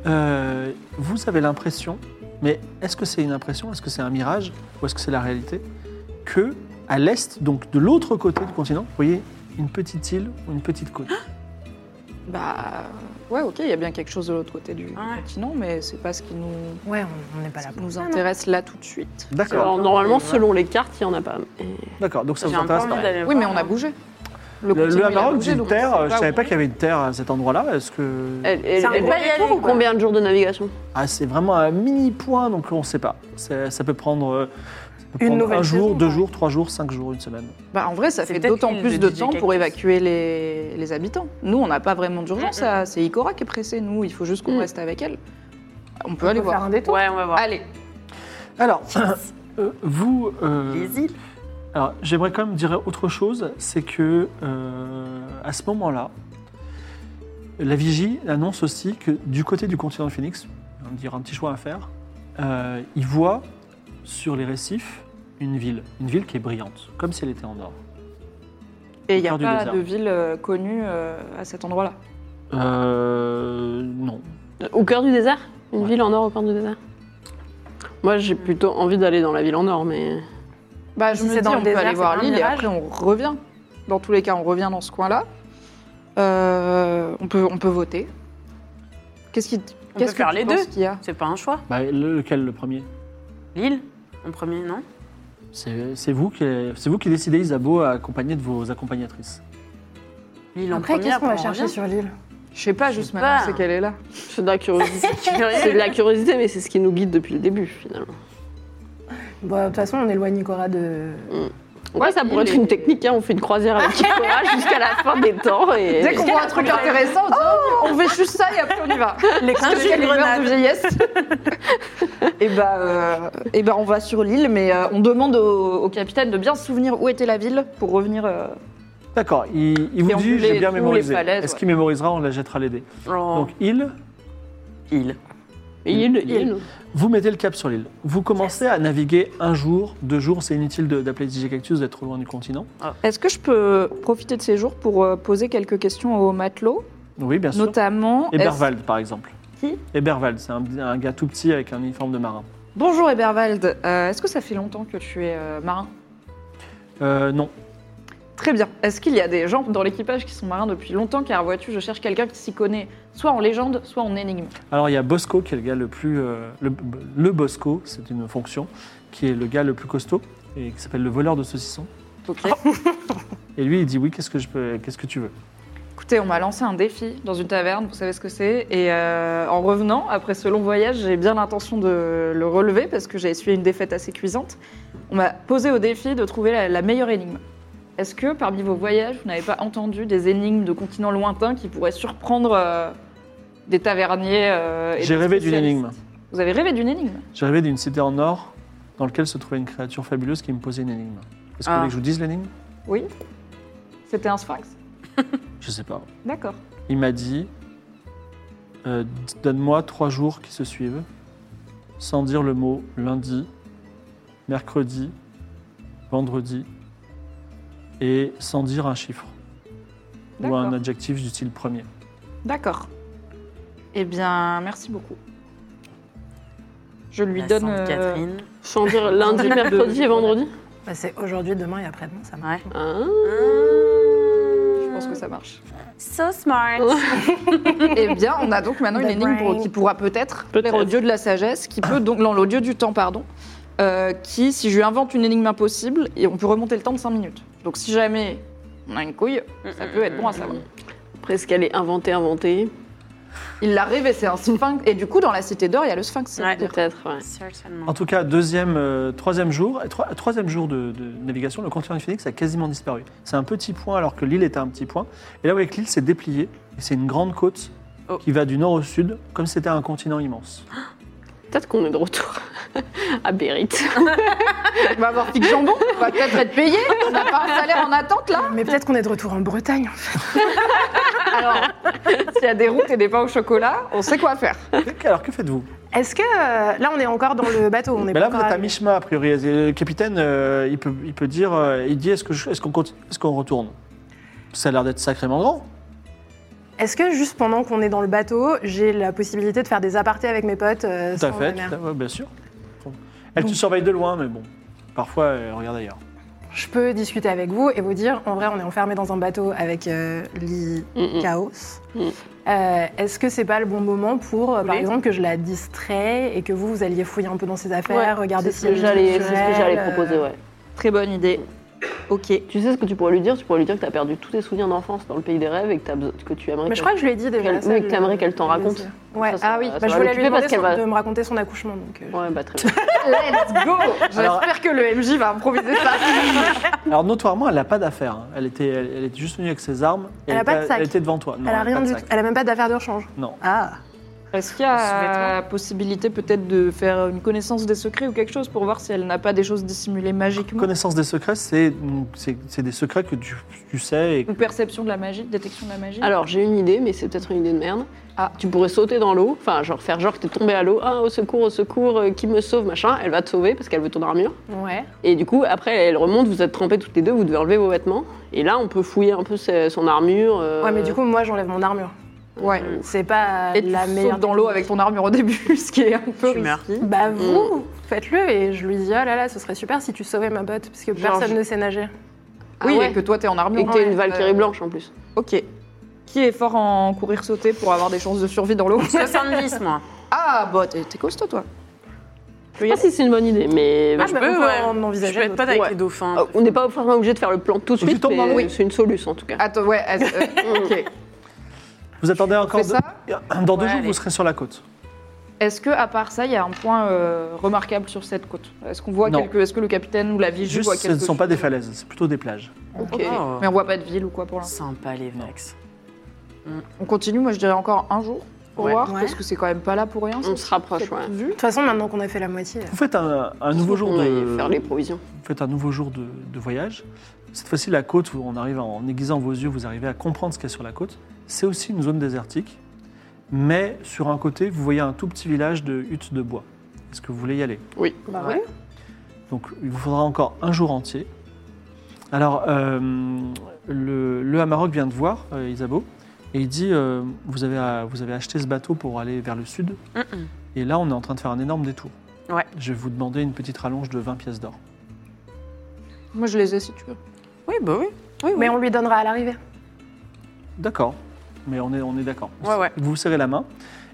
Speaker 1: Euh, vous avez l'impression, mais est-ce que c'est une impression, est-ce que c'est un mirage, ou est-ce que c'est la réalité, que à l'est, donc de l'autre côté du continent, vous voyez une petite île ou une petite côte.
Speaker 5: Bah ouais, ok, il y a bien quelque chose de l'autre côté du continent, mais c'est pas ce qui nous,
Speaker 4: Ouais, on- on n'est pas
Speaker 5: ce
Speaker 4: là
Speaker 5: qui
Speaker 4: pour
Speaker 5: nous
Speaker 4: ça, non
Speaker 5: intéresse là tout de suite.
Speaker 1: D'accord,
Speaker 2: Alors, normalement, selon les cartes, il n'y en a pas. Et-
Speaker 1: d'accord. Donc ça vous
Speaker 3: J'ai un peu
Speaker 1: intéresse
Speaker 3: envie
Speaker 1: pas.
Speaker 3: d'aller
Speaker 5: Oui, mais
Speaker 3: voir,
Speaker 5: on a
Speaker 3: non
Speaker 5: bougé.
Speaker 1: Le, le
Speaker 5: continent, il a
Speaker 1: Amarok
Speaker 5: bougé,
Speaker 1: dit une
Speaker 5: donc on
Speaker 1: terre,
Speaker 5: sait
Speaker 1: euh, je
Speaker 5: pas
Speaker 1: savais
Speaker 5: où
Speaker 1: pas
Speaker 5: on
Speaker 1: qu'il y avait une terre à cet endroit-là. Est-ce que
Speaker 2: Elle, elle,
Speaker 4: C'est un
Speaker 2: elle
Speaker 4: gros
Speaker 2: va y aller
Speaker 4: détour,
Speaker 2: pour
Speaker 4: quoi.
Speaker 2: combien de jours de navigation
Speaker 1: Ah, c'est vraiment un mini point, donc on ne sait pas. C'est- Ça peut prendre, euh, ça peut
Speaker 4: Une
Speaker 1: prendre
Speaker 4: nouvelle
Speaker 1: un jour,
Speaker 4: saison,
Speaker 1: deux
Speaker 4: quoi.
Speaker 1: jours, trois jours, cinq jours, une semaine.
Speaker 5: Bah en vrai, ça
Speaker 3: C'est
Speaker 5: fait
Speaker 3: peut-être
Speaker 5: d'autant
Speaker 3: l'île
Speaker 5: plus
Speaker 3: de
Speaker 5: de
Speaker 3: DJ
Speaker 5: temps pour
Speaker 3: Cactus.
Speaker 5: évacuer les, les habitants. Nous, on n'a pas vraiment
Speaker 4: Mm,
Speaker 5: d'urgence, à- c'est Ikora qui est pressée, nous, il faut juste qu'on
Speaker 2: Mm.
Speaker 5: reste avec elle. On peut
Speaker 4: On
Speaker 5: aller
Speaker 4: peut faire
Speaker 5: voir.
Speaker 4: un détour.
Speaker 3: Ouais, on va voir.
Speaker 5: Allez,
Speaker 1: Alors, euh, vous. euh,
Speaker 3: Les îles
Speaker 1: alors, j'aimerais quand même dire autre chose, c'est que euh, à ce moment-là, la vigie annonce aussi que du côté du continent de Phoenix, on dirait un petit choix à faire, euh, il voit sur les récifs une ville, une ville qui est brillante, comme si elle était en or.
Speaker 5: Et il n'y a
Speaker 1: Cœur du
Speaker 5: pas
Speaker 1: désert.
Speaker 5: de ville euh, connue euh, à cet endroit-là.
Speaker 1: Euh, non.
Speaker 2: Au cœur du désert Une
Speaker 1: Ouais.
Speaker 2: ville en or au cœur du désert Moi, j'ai plutôt envie d'aller dans la ville en or, mais.
Speaker 5: Bah, je
Speaker 4: Si
Speaker 5: me
Speaker 4: c'est
Speaker 5: dis,
Speaker 4: dans le
Speaker 5: on
Speaker 4: désert,
Speaker 5: peut aller
Speaker 4: c'est
Speaker 5: voir
Speaker 4: pas un
Speaker 5: l'île et
Speaker 4: mirage.
Speaker 5: après on revient. Dans tous les cas, on revient dans ce coin-là. Euh, on, peut, on peut voter. Qu'est-ce qui
Speaker 3: On
Speaker 5: qu'est-ce
Speaker 3: peut faire
Speaker 5: tu
Speaker 3: les deux.
Speaker 5: penses qu'il y a
Speaker 3: C'est pas un choix.
Speaker 1: Bah, lequel le premier
Speaker 3: L'île En premier, non
Speaker 1: C'est c'est vous, qui- c'est vous qui décidez, Isabeau, accompagné de vos accompagnatrices.
Speaker 3: L'île en
Speaker 4: Après,
Speaker 3: premier,
Speaker 4: qu'est-ce qu'on va
Speaker 3: on
Speaker 4: chercher
Speaker 3: revient.
Speaker 4: sur l'île
Speaker 5: Je sais pas, juste
Speaker 3: sais
Speaker 5: maintenant,
Speaker 3: pas.
Speaker 5: c'est qu'elle est là.
Speaker 2: C'est de la curiosité. *laughs* c'est de la curiosité, mais c'est ce qui nous guide depuis le début, finalement.
Speaker 4: Bah, De toute façon, on éloigne Ikora de.
Speaker 2: Ouais, ça pourrait être une technique, hein, on fait une croisière avec *laughs* Ikora jusqu'à la fin des temps. Et...
Speaker 5: Dès qu'on voit un truc intéressant, on, dit, oh, on fait juste ça et après on y va. Parce qu'elle est meurt de vieillesse. et bah, euh, eh ben, on va sur l'île, mais euh, on demande au, au capitaine de bien se souvenir où était la ville pour revenir. euh,
Speaker 1: D'accord, il, il vous
Speaker 5: Et on
Speaker 1: dit,
Speaker 5: peut
Speaker 1: j'ai
Speaker 5: les-
Speaker 1: bien
Speaker 5: tous les
Speaker 1: mémorisé.
Speaker 5: falaises,
Speaker 1: Est-ce
Speaker 5: ouais.
Speaker 1: qu'il mémorisera, on la jettera les dés.
Speaker 3: Oh,
Speaker 1: Donc, il,
Speaker 3: île.
Speaker 2: Il,
Speaker 1: Il.
Speaker 2: il.
Speaker 1: vous mettez le cap sur l'île. Vous commencez à naviguer un jour, deux jours, c'est inutile de- d'appeler DJ Cactus, d'être trop loin du continent.
Speaker 5: Est-ce que je peux profiter de ces jours pour euh, poser quelques questions aux matelots
Speaker 1: Oui, bien sûr.
Speaker 5: Notamment. est-ce-
Speaker 1: Eberwald, par exemple.
Speaker 5: Qui
Speaker 1: Eberwald, c'est un, un gars tout petit avec un uniforme de marin.
Speaker 5: Bonjour Eberwald, Euh, est-ce que ça fait longtemps que tu es euh, marin
Speaker 1: Euh, non,
Speaker 5: Très bien. Est-ce qu'il y a des gens dans l'équipage qui sont marins depuis longtemps Car vois-tu, je cherche quelqu'un qui s'y connaît, soit en légende, soit en énigme.
Speaker 1: Alors il y a Bosco qui est le gars le plus... euh, le, le Bosco, c'est une fonction, qui est le gars le plus costaud et qui s'appelle le voleur de saucisson.
Speaker 5: Ok.
Speaker 1: Et lui il dit oui, qu'est-ce que, je peux, qu'est-ce que tu veux
Speaker 5: Écoutez, on m'a lancé un défi dans une taverne, vous savez ce que c'est. Et euh, en revenant, après ce long voyage, j'ai bien l'intention de le relever parce que j'ai essuyé une défaite assez cuisante. On m'a posé au défi de trouver la, la meilleure énigme. Est-ce que parmi vos voyages, vous n'avez pas entendu des énigmes de continents lointains qui pourraient surprendre euh, des taverniers euh, et
Speaker 1: J'ai
Speaker 5: des
Speaker 1: rêvé d'une
Speaker 5: spécialistes
Speaker 1: énigme.
Speaker 5: Vous avez rêvé d'une énigme
Speaker 1: J'ai rêvé d'une cité en or dans laquelle se trouvait une créature fabuleuse qui me posait une énigme. Est-ce que vous
Speaker 3: Ah.
Speaker 1: voulez que je vous dise l'énigme
Speaker 5: Oui. C'était un sphinx
Speaker 1: Je sais pas.
Speaker 5: D'accord.
Speaker 1: Il m'a dit euh, donne-moi trois jours qui se suivent sans dire le mot lundi, mercredi, vendredi et sans dire un chiffre ou un
Speaker 5: D'accord.
Speaker 1: adjectif du style premier.
Speaker 5: D'accord. Eh bien, merci beaucoup. Je lui
Speaker 3: La
Speaker 5: donne.
Speaker 3: Sainte
Speaker 5: euh,
Speaker 3: Catherine.
Speaker 2: Sans dire lundi, mercredi et vendredi Hein
Speaker 4: Bah, c'est aujourd'hui, demain et après-demain, ça marche.
Speaker 3: Ouais.
Speaker 2: Ah.
Speaker 3: Je
Speaker 5: pense que ça marche.
Speaker 6: So smart.
Speaker 3: Mm,
Speaker 5: eh bien, on a donc maintenant une
Speaker 4: The
Speaker 5: énigme pour-
Speaker 4: brain.
Speaker 5: qui pourra peut-être
Speaker 1: Peut-être.
Speaker 5: plaire au dieu de la sagesse, qui peut donc, non, au dieu du temps, pardon, euh, qui, si je lui invente une énigme impossible, et on peut remonter le temps de 5 minutes. Donc si jamais on a une couille,
Speaker 3: mm,
Speaker 5: ça peut être bon à savoir.
Speaker 2: Après, est-ce qu'elle est inventée, inventée
Speaker 5: Il l'a rêvé, c'est un sphinx. Et du coup, dans la cité d'or, il y a le sphinx. ça veut
Speaker 3: Ouais.
Speaker 5: dire.
Speaker 2: Peut-être, ouais.
Speaker 3: Certainement.
Speaker 1: En tout cas, deuxième, euh, troisième jour, et trois- troisième jour de, de navigation, le continent du Phoenix a quasiment disparu. C'est un petit point alors que l'île était un petit point. Et là, vous voyez que l'île s'est dépliée, et c'est une grande côte
Speaker 3: Oh.
Speaker 1: qui va du nord au sud, comme si c'était un continent immense.
Speaker 2: Peut-être qu'on est de retour *laughs* à Bérite.
Speaker 5: On va avoir pique jambon, on va peut-être être payé, on n'a pas un salaire en attente là.
Speaker 4: Mais peut-être qu'on est de retour en Bretagne.
Speaker 5: Alors, s'il y a des routes et des pains au chocolat, on sait quoi faire.
Speaker 1: alors, que faites-vous
Speaker 4: Est-ce que euh, là on est encore dans le bateau on est
Speaker 2: *laughs*
Speaker 1: Mais
Speaker 4: pas
Speaker 1: là, vous êtes
Speaker 4: encore
Speaker 1: à
Speaker 4: arrivé.
Speaker 1: mi-chemin, a priori. Et Le capitaine, euh, il, peut, il peut dire, euh, il dit, est-ce que je- est-ce qu'on continue- est-ce qu'on retourne Ça a l'air d'être sacrément grand.
Speaker 4: Est-ce que juste pendant qu'on est dans le bateau, j'ai la possibilité de faire des apartés avec mes potes euh,
Speaker 1: Tout à
Speaker 4: sans
Speaker 1: fait,
Speaker 4: ma mère
Speaker 1: tout à fait, bien sûr. Elle te surveille de loin, mais bon, parfois, euh, regarde ailleurs.
Speaker 4: Je peux discuter avec vous et vous dire, en vrai, on est enfermé dans un bateau avec euh, Lee
Speaker 2: Mm-mm.
Speaker 4: Chaos.
Speaker 2: Mm.
Speaker 4: Euh, Est-ce que c'est pas le bon moment pour, euh, par
Speaker 3: Oui.
Speaker 4: exemple, que je la distrais et que vous, vous alliez fouiller un peu dans ses affaires,
Speaker 2: Ouais,
Speaker 4: regarder si euh,
Speaker 2: c'est ce que j'allais c'est ce que j'allais proposer, ouais.
Speaker 5: Très bonne idée. Ok.
Speaker 2: Tu sais ce que tu pourrais lui dire Tu pourrais lui dire que tu as perdu tous tes souvenirs d'enfance dans le pays des rêves et que, t'as besoin- que tu aimerais.
Speaker 4: Mais je crois que je lui ai dit déjà.
Speaker 2: Qu'elle-
Speaker 4: ça,
Speaker 2: oui,
Speaker 4: je
Speaker 2: que
Speaker 4: le-
Speaker 2: t'aimerais qu'elle t'en
Speaker 4: je le
Speaker 2: raconte.
Speaker 4: dis. Ouais.
Speaker 2: Ça, ça-
Speaker 4: ah oui,
Speaker 2: ça
Speaker 4: bah, je
Speaker 2: va
Speaker 4: voulais lui
Speaker 2: l'occuper parce
Speaker 4: demander
Speaker 2: qu'elle
Speaker 4: son-
Speaker 2: va-
Speaker 4: de me raconter son accouchement. Donc, euh,
Speaker 2: Ouais, bah
Speaker 4: *laughs*
Speaker 2: très bien.
Speaker 5: Let's go
Speaker 1: Alors-
Speaker 5: J'espère que le MJ va improviser ça.
Speaker 1: Alors notoirement, elle n'a pas d'affaires. hein. Elle était, elle, elle était juste venue avec ses armes. et
Speaker 4: Elle a
Speaker 1: était-
Speaker 4: pas de sac.
Speaker 1: Elle était devant toi. Non,
Speaker 4: elle a
Speaker 1: a
Speaker 4: rien
Speaker 1: pas de
Speaker 4: du
Speaker 1: sac.
Speaker 4: tout. Elle a même pas d'affaires de rechange.
Speaker 1: Non.
Speaker 4: Ah.
Speaker 5: Est-ce qu'il y a possibilité peut-être de faire une connaissance des secrets ou quelque chose pour voir si elle n'a pas des choses dissimulées magiquement
Speaker 1: Connaissance des secrets, c'est c'est- c'est des secrets que tu, tu sais. Et...
Speaker 5: Ou perception de la magie, détection de la magie
Speaker 2: Alors j'ai une idée, mais c'est peut-être une idée de merde.
Speaker 5: Ah.
Speaker 2: Tu pourrais sauter dans l'eau, enfin genre faire genre que t'es tombé à l'eau, ah au secours, au secours, euh, qui me sauve, machin. Elle va te sauver parce qu'elle veut ton armure.
Speaker 4: Ouais.
Speaker 2: Et du coup après elle remonte, vous êtes trempés toutes les deux, vous devez enlever vos vêtements. Et là on peut fouiller un peu ses- son armure. euh,
Speaker 4: Ouais, mais du coup, moi, j'enlève mon armure.
Speaker 5: Ouais.
Speaker 4: C'est pas
Speaker 5: Et tu
Speaker 4: la meilleure.
Speaker 5: sautes dans l'eau avec ton armure au début, *laughs* ce qui est un peu
Speaker 3: Tu meurs.
Speaker 5: risqué.
Speaker 4: Bah
Speaker 2: Mm.
Speaker 4: vous, faites-le et je lui dis oh là là, ce serait super si tu sauvais ma botte parce que
Speaker 2: Genre,
Speaker 4: personne
Speaker 2: je-
Speaker 4: ne sait nager.
Speaker 5: oui,
Speaker 2: Ah ouais.
Speaker 5: et que toi t'es en armure.
Speaker 2: Et que t'es
Speaker 5: Ouais.
Speaker 2: une Valkyrie
Speaker 5: Euh,
Speaker 2: blanche en plus.
Speaker 5: Ok. Qui est fort en courir sauter pour avoir des chances de survie dans
Speaker 2: *laughs*
Speaker 5: l'eau *laughs*
Speaker 3: 70, moi.
Speaker 5: Ah bah t'es t'es costaud toi.
Speaker 2: Je sais pas Ah, si c'est une bonne idée, mais
Speaker 4: Ah,
Speaker 3: Je
Speaker 4: bah,
Speaker 3: peux,
Speaker 4: on peut
Speaker 3: ouais.
Speaker 4: en envisager
Speaker 3: Je peux être
Speaker 4: d'autres.
Speaker 3: pote avec
Speaker 2: Ouais.
Speaker 3: les dauphins.
Speaker 2: Oh, on n'est pas forcément obligé de faire le plan tout de
Speaker 1: Tu
Speaker 2: suite.
Speaker 1: tombes dans
Speaker 2: mais
Speaker 1: l'eau. Oui.
Speaker 2: C'est une solution en tout cas.
Speaker 4: Ah,
Speaker 5: Attends, ouais. elle-
Speaker 2: *laughs* Mm.
Speaker 5: euh, ok.
Speaker 1: Vous attendez encore
Speaker 5: Fais ça.
Speaker 1: deux- dans deux
Speaker 3: Ouais,
Speaker 1: jours,
Speaker 3: allez.
Speaker 1: vous serez sur la côte.
Speaker 5: Est-ce que à part ça, il y a un point euh, remarquable sur cette côte Est-ce qu'on voit
Speaker 1: Non.
Speaker 5: quelque Est-ce que le capitaine ou la vigie
Speaker 1: Juste,
Speaker 5: voit
Speaker 1: ce
Speaker 5: quelque
Speaker 1: ne sont pas des
Speaker 5: chose
Speaker 1: falaises, c'est plutôt des plages.
Speaker 2: Ok.
Speaker 3: Oh.
Speaker 5: Mais on voit pas de ville ou quoi pour l'instant.
Speaker 3: Sympa les Vax.
Speaker 5: On continue, moi je dirais encore un jour pour
Speaker 3: Ouais.
Speaker 5: voir,
Speaker 4: Ouais.
Speaker 5: parce que c'est quand même pas là pour rien.
Speaker 2: On se rapproche, ouais.
Speaker 4: De toute façon, maintenant qu'on a fait la moitié,
Speaker 1: Vous faites un, un nouveau jour
Speaker 2: On va
Speaker 1: de
Speaker 2: y faire les provisions.
Speaker 1: vous faites un nouveau jour de, de voyage. Cette fois-ci, la côte, on arrive à- en aiguisant vos yeux, vous arrivez à comprendre ce qu'il y a sur la côte. C'est aussi une zone désertique, mais sur un côté, vous voyez un tout petit village de huttes de bois. Est-ce que vous voulez y aller
Speaker 2: Oui.
Speaker 5: Bah
Speaker 3: Ouais.
Speaker 5: ouais.
Speaker 1: Donc, il vous faudra encore un jour entier. Alors, euh, le, le Amarok vient de voir euh, Isabeau et il dit euh, vous, avez, euh, vous avez acheté ce bateau pour aller vers le sud,
Speaker 3: Mm-mm.
Speaker 1: et là, on est en train de faire un énorme détour.
Speaker 3: Ouais.
Speaker 1: Je vais vous demander une petite rallonge de 20 pièces d'or.
Speaker 5: Moi je les ai si tu veux.
Speaker 3: Oui, bah oui. Oui, oui.
Speaker 4: mais on lui donnera à l'arrivée.
Speaker 1: D'accord, mais on est, on est d'accord.
Speaker 3: Ouais, ouais.
Speaker 1: Vous vous serrez la main.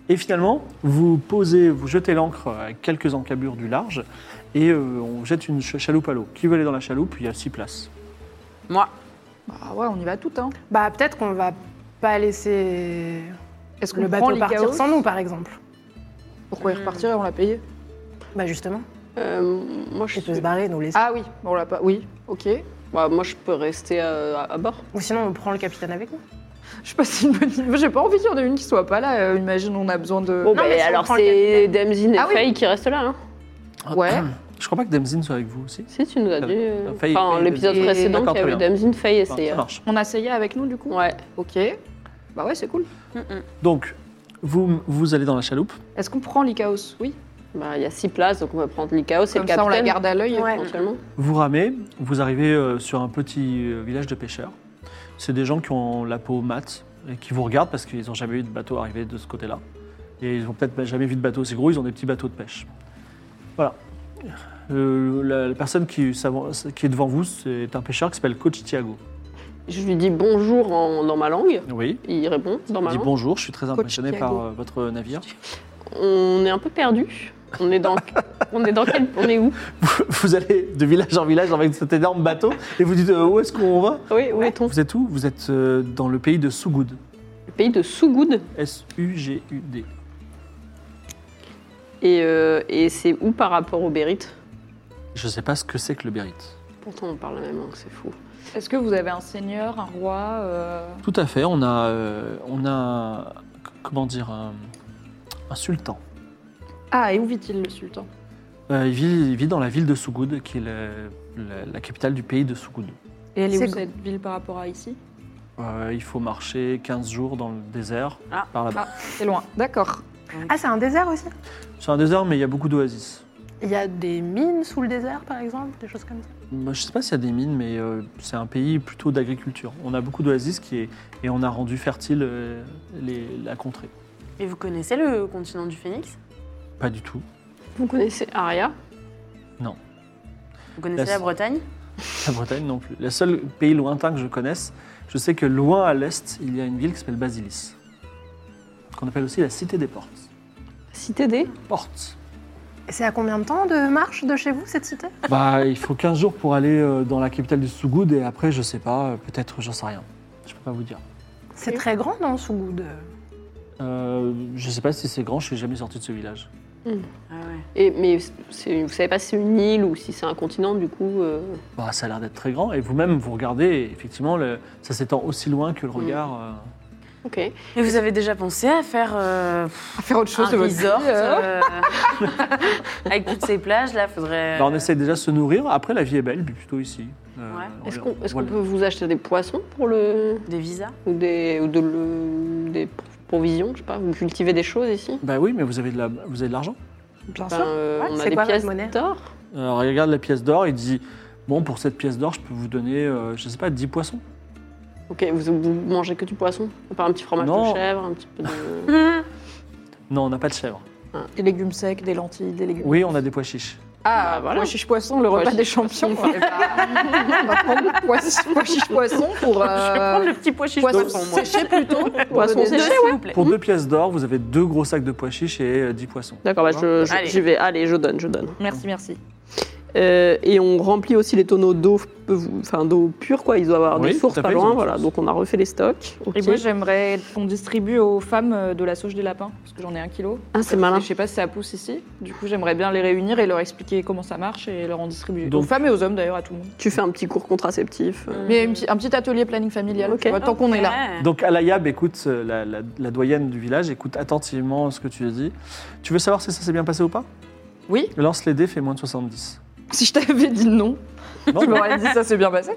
Speaker 1: Et finalement, vous posez, vous jetez l'ancre à quelques encablures du large et euh, on jette une ch- chaloupe à l'eau. Qui veut aller dans la chaloupe Il y a six places.
Speaker 3: Moi,
Speaker 5: Bah ouais, on y va tout hein.
Speaker 4: Bah peut-être qu'on va pas laisser
Speaker 5: Est-ce qu'on
Speaker 4: le
Speaker 5: prend
Speaker 4: bateau
Speaker 5: les
Speaker 4: partir
Speaker 5: chaos
Speaker 4: sans nous, par exemple.
Speaker 5: Pourquoi il repartirait On l'a payé.
Speaker 4: Bah justement,
Speaker 2: Euh, moi, je
Speaker 4: il peut se barrer, nous laisser.
Speaker 5: Ah oui, bon, on l'a pas. Oui, ok.
Speaker 2: bah, moi, je peux rester euh, à, à bord.
Speaker 4: Ou sinon, on prend le capitaine avec nous.
Speaker 5: Je sais pas si une bonne idée. Moi, J'ai pas envie qu'il y en ait une qui soit pas là. euh, imagine, on a besoin de.
Speaker 2: Bon,
Speaker 4: Non,
Speaker 2: bah,
Speaker 4: mais si on
Speaker 2: alors
Speaker 4: prend le
Speaker 2: c'est Demzin et
Speaker 5: Ah oui.
Speaker 2: Faye qui restent là. Hein.
Speaker 5: Ouais.
Speaker 1: Je crois pas que Demzin soit avec vous aussi.
Speaker 2: Si, tu nous as dit. euh,
Speaker 1: Euh, Faye-
Speaker 2: enfin,
Speaker 1: Faye-
Speaker 2: l'épisode
Speaker 5: et-
Speaker 2: précédent,
Speaker 1: d'accord,
Speaker 2: qu'il y avait
Speaker 1: très bien.
Speaker 2: Damsine, Faye euh, et
Speaker 1: Enfin, ça
Speaker 2: Seiya.
Speaker 1: marche.
Speaker 5: On a Seiya avec nous du coup
Speaker 2: Ouais.
Speaker 5: Ok. Bah ouais, c'est cool.
Speaker 1: Donc, vous, vous allez dans la chaloupe.
Speaker 5: Est-ce qu'on prend l'Icaos Oui.
Speaker 2: Bah, il y a six places, donc on va prendre l'Icaos et le
Speaker 5: Comme ça, on la
Speaker 2: capitaine.
Speaker 5: garde à l'œil.
Speaker 4: Ouais.
Speaker 2: Éventuellement.
Speaker 1: Vous ramez, vous arrivez euh, sur un petit euh, village de pêcheurs. C'est des gens qui ont la peau mate et qui vous regardent parce qu'ils n'ont jamais eu de bateau arrivé de ce côté-là. Et ils n'ont peut-être jamais vu de bateau. C'est gros, ils ont des petits bateaux de pêche. Voilà. Euh, la, la personne qui, s'avance- qui est devant vous, c'est un pêcheur qui s'appelle Coach Thiago.
Speaker 2: Je lui dis bonjour en- dans ma langue.
Speaker 1: Oui.
Speaker 2: Il répond dans ma
Speaker 1: Il dit
Speaker 2: langue.
Speaker 1: bonjour, je suis très impressionné par
Speaker 5: Chicago.
Speaker 1: euh, votre navire. *laughs*
Speaker 2: On est un peu perdu. On est dans, on est dans quel, on est où
Speaker 1: Vous allez de village en village avec cet énorme bateau et vous dites euh, où est-ce qu'on va
Speaker 2: Oui, où est-on
Speaker 1: Vous êtes où Vous êtes euh, dans le pays de Sougoud.
Speaker 2: Le pays de Sougoud.
Speaker 1: S-U-G-U-D.
Speaker 2: Et, euh, et c'est où par rapport au Bérite
Speaker 1: Je sais pas ce que c'est que le Bérite.
Speaker 2: Pourtant, on parle la même langue, c'est fou.
Speaker 5: Est-ce que vous avez un seigneur, un roi euh,
Speaker 1: Tout à fait, on a, euh, on a un- comment dire, un, un sultan.
Speaker 5: Ah, et où vit-il le sultan
Speaker 1: Euh, il, vit, il vit dans la ville de Sougoud, qui est le- la, la capitale du pays de Sougoud.
Speaker 5: Et elle est,
Speaker 4: C'est
Speaker 5: où
Speaker 4: go-
Speaker 5: cette ville par rapport à ici
Speaker 1: Euh, il faut marcher 15 jours dans le désert
Speaker 3: Ah.
Speaker 1: par là-bas.
Speaker 5: C'est loin. D'accord.
Speaker 4: Ah, c'est un désert aussi
Speaker 1: C'est un désert, mais il y a beaucoup d'oasis.
Speaker 4: Il y a des mines sous le désert, par exemple, des choses comme ça.
Speaker 1: Moi, je sais pas s'il y a des mines, mais euh, c'est un pays plutôt d'agriculture. On a beaucoup d'oasis qui est, et on a rendu fertile euh, les- la contrée.
Speaker 3: Mais vous connaissez le continent du phénix
Speaker 1: Pas du tout.
Speaker 2: Vous connaissez Aria
Speaker 3: Vous connaissez
Speaker 1: La-
Speaker 3: la, Bretagne
Speaker 1: La Bretagne non plus. Le seul pays lointain que je connaisse, je sais que loin à l'est, il y a une ville qui s'appelle Basilis, qu'on appelle aussi la cité des portes.
Speaker 2: Cité des
Speaker 1: Portes.
Speaker 4: Et c'est à combien de temps de marche de chez vous, cette cité
Speaker 1: Bah, il faut 15 jours pour aller euh, dans la capitale du Sougoud et après, je sais pas, euh, peut-être, j'en sais rien. Je peux pas vous dire.
Speaker 4: C'est très grand, non, sous goût de...
Speaker 1: Euh, je sais pas si c'est grand, je suis jamais sorti de ce village.
Speaker 3: Ah ouais.
Speaker 2: Et, mais c'est- vous savez pas si c'est une île ou si c'est un continent, du coup. euh,
Speaker 1: Bah, ça a l'air d'être très grand et vous-même, vous regardez, et effectivement, le- ça s'étend aussi loin
Speaker 2: Mm.
Speaker 1: que le regard. euh.
Speaker 2: Ok.
Speaker 3: Et vous avez déjà pensé à faire euh,
Speaker 5: À faire autre chose
Speaker 3: un
Speaker 5: de votre
Speaker 3: resort
Speaker 5: vie, euh.
Speaker 3: euh, *laughs* avec toutes ces plages là Faudrait.
Speaker 2: Euh.
Speaker 3: euh,
Speaker 1: Bah, on essaie déjà de se nourrir, après, la vie est belle, puis plutôt ici. Euh,
Speaker 3: Ouais.
Speaker 1: on-
Speaker 2: Est-ce qu'on est-ce qu'on
Speaker 1: voilà.
Speaker 2: peut vous acheter des poissons pour le.
Speaker 3: Des visas
Speaker 2: ou des, ou de le- des provisions, je sais pas Vous cultivez des choses ici
Speaker 1: Bah oui, mais vous avez de la- vous avez de l'argent.
Speaker 4: Bien
Speaker 1: Ben,
Speaker 2: Enfin, euh,
Speaker 4: Ouais,
Speaker 2: On a
Speaker 4: c'est
Speaker 2: des
Speaker 4: quoi votre
Speaker 2: pièces
Speaker 4: monnaie
Speaker 2: d'or
Speaker 1: Alors, Euh, il regarde la pièce d'or, il dit Bon, pour cette pièce d'or, je peux vous donner, euh, je sais pas, 10 poissons.
Speaker 2: Ok, vous, vous mangez que du poisson Pas un petit fromage
Speaker 1: Non.
Speaker 2: de chèvre, un petit
Speaker 3: *laughs*
Speaker 2: peu de.
Speaker 5: Mmh.
Speaker 3: Euh,
Speaker 1: Non, on n'a pas de chèvre.
Speaker 5: Des légumes secs, des lentilles, des légumes.
Speaker 1: Oui, on a des pois chiches.
Speaker 5: Ah,
Speaker 2: Bah, voilà.
Speaker 5: moi, chiche poisson, le
Speaker 2: Moi,
Speaker 5: repas
Speaker 2: chiche
Speaker 5: des champions.
Speaker 2: poisson.
Speaker 5: Eh ben, *laughs* on va prendre le poisson, moi, chiche poisson *laughs* pour.
Speaker 3: Je vais
Speaker 5: euh,
Speaker 3: prendre le petit pois chiche
Speaker 5: poisson
Speaker 3: poisson, moi.
Speaker 5: séché plutôt. pour
Speaker 2: Poisson
Speaker 5: le
Speaker 2: séché,
Speaker 5: dessert.
Speaker 3: s'il vous plaît.
Speaker 1: Pour deux pièces d'or, vous avez deux gros sacs de pois chiches et euh, 10 poissons.
Speaker 2: D'accord, bah, je- je-
Speaker 3: Allez.
Speaker 2: j'y vais. Allez, je donne, je donne.
Speaker 5: Merci, merci.
Speaker 2: Euh, et on remplit aussi les tonneaux d'eau, peu- enfin d'eau pure quoi. Ils doivent avoir
Speaker 1: Oui,
Speaker 2: des sources
Speaker 1: tout à
Speaker 2: pas
Speaker 1: fait, ils ont
Speaker 2: loin,
Speaker 1: des
Speaker 2: voilà.
Speaker 1: sources.
Speaker 2: Donc on a refait les stocks. ok.
Speaker 5: Et moi, j'aimerais qu'on distribue aux femmes euh, de la sauge des lapins, parce que j'en ai un kilo.
Speaker 2: Ah c'est malin.
Speaker 5: Et je sais pas si ça pousse ici. Du coup, j'aimerais bien les réunir et leur expliquer comment ça marche et leur en distribuer.
Speaker 1: Donc-
Speaker 5: aux femmes et aux hommes, d'ailleurs, à tout le monde.
Speaker 2: Tu fais un petit cours contraceptif. euh.
Speaker 5: Mmh. Mais une petite- un petit atelier planning familial,
Speaker 2: Ok.
Speaker 5: tu vois, tant qu'on est là.
Speaker 3: Ouais.
Speaker 1: Donc, Alayab écoute, euh, la, la- la doyenne du village, écoute attentivement ce que tu lui dis. Tu veux savoir si ça s'est bien passé ou pas
Speaker 5: Oui,
Speaker 1: Lance les dés, fait moins de
Speaker 5: *laughs*
Speaker 1: 70.
Speaker 5: si je t'avais dit non,
Speaker 1: Non,
Speaker 5: tu
Speaker 1: bah,
Speaker 5: m'aurais dit ça s'est bien passé.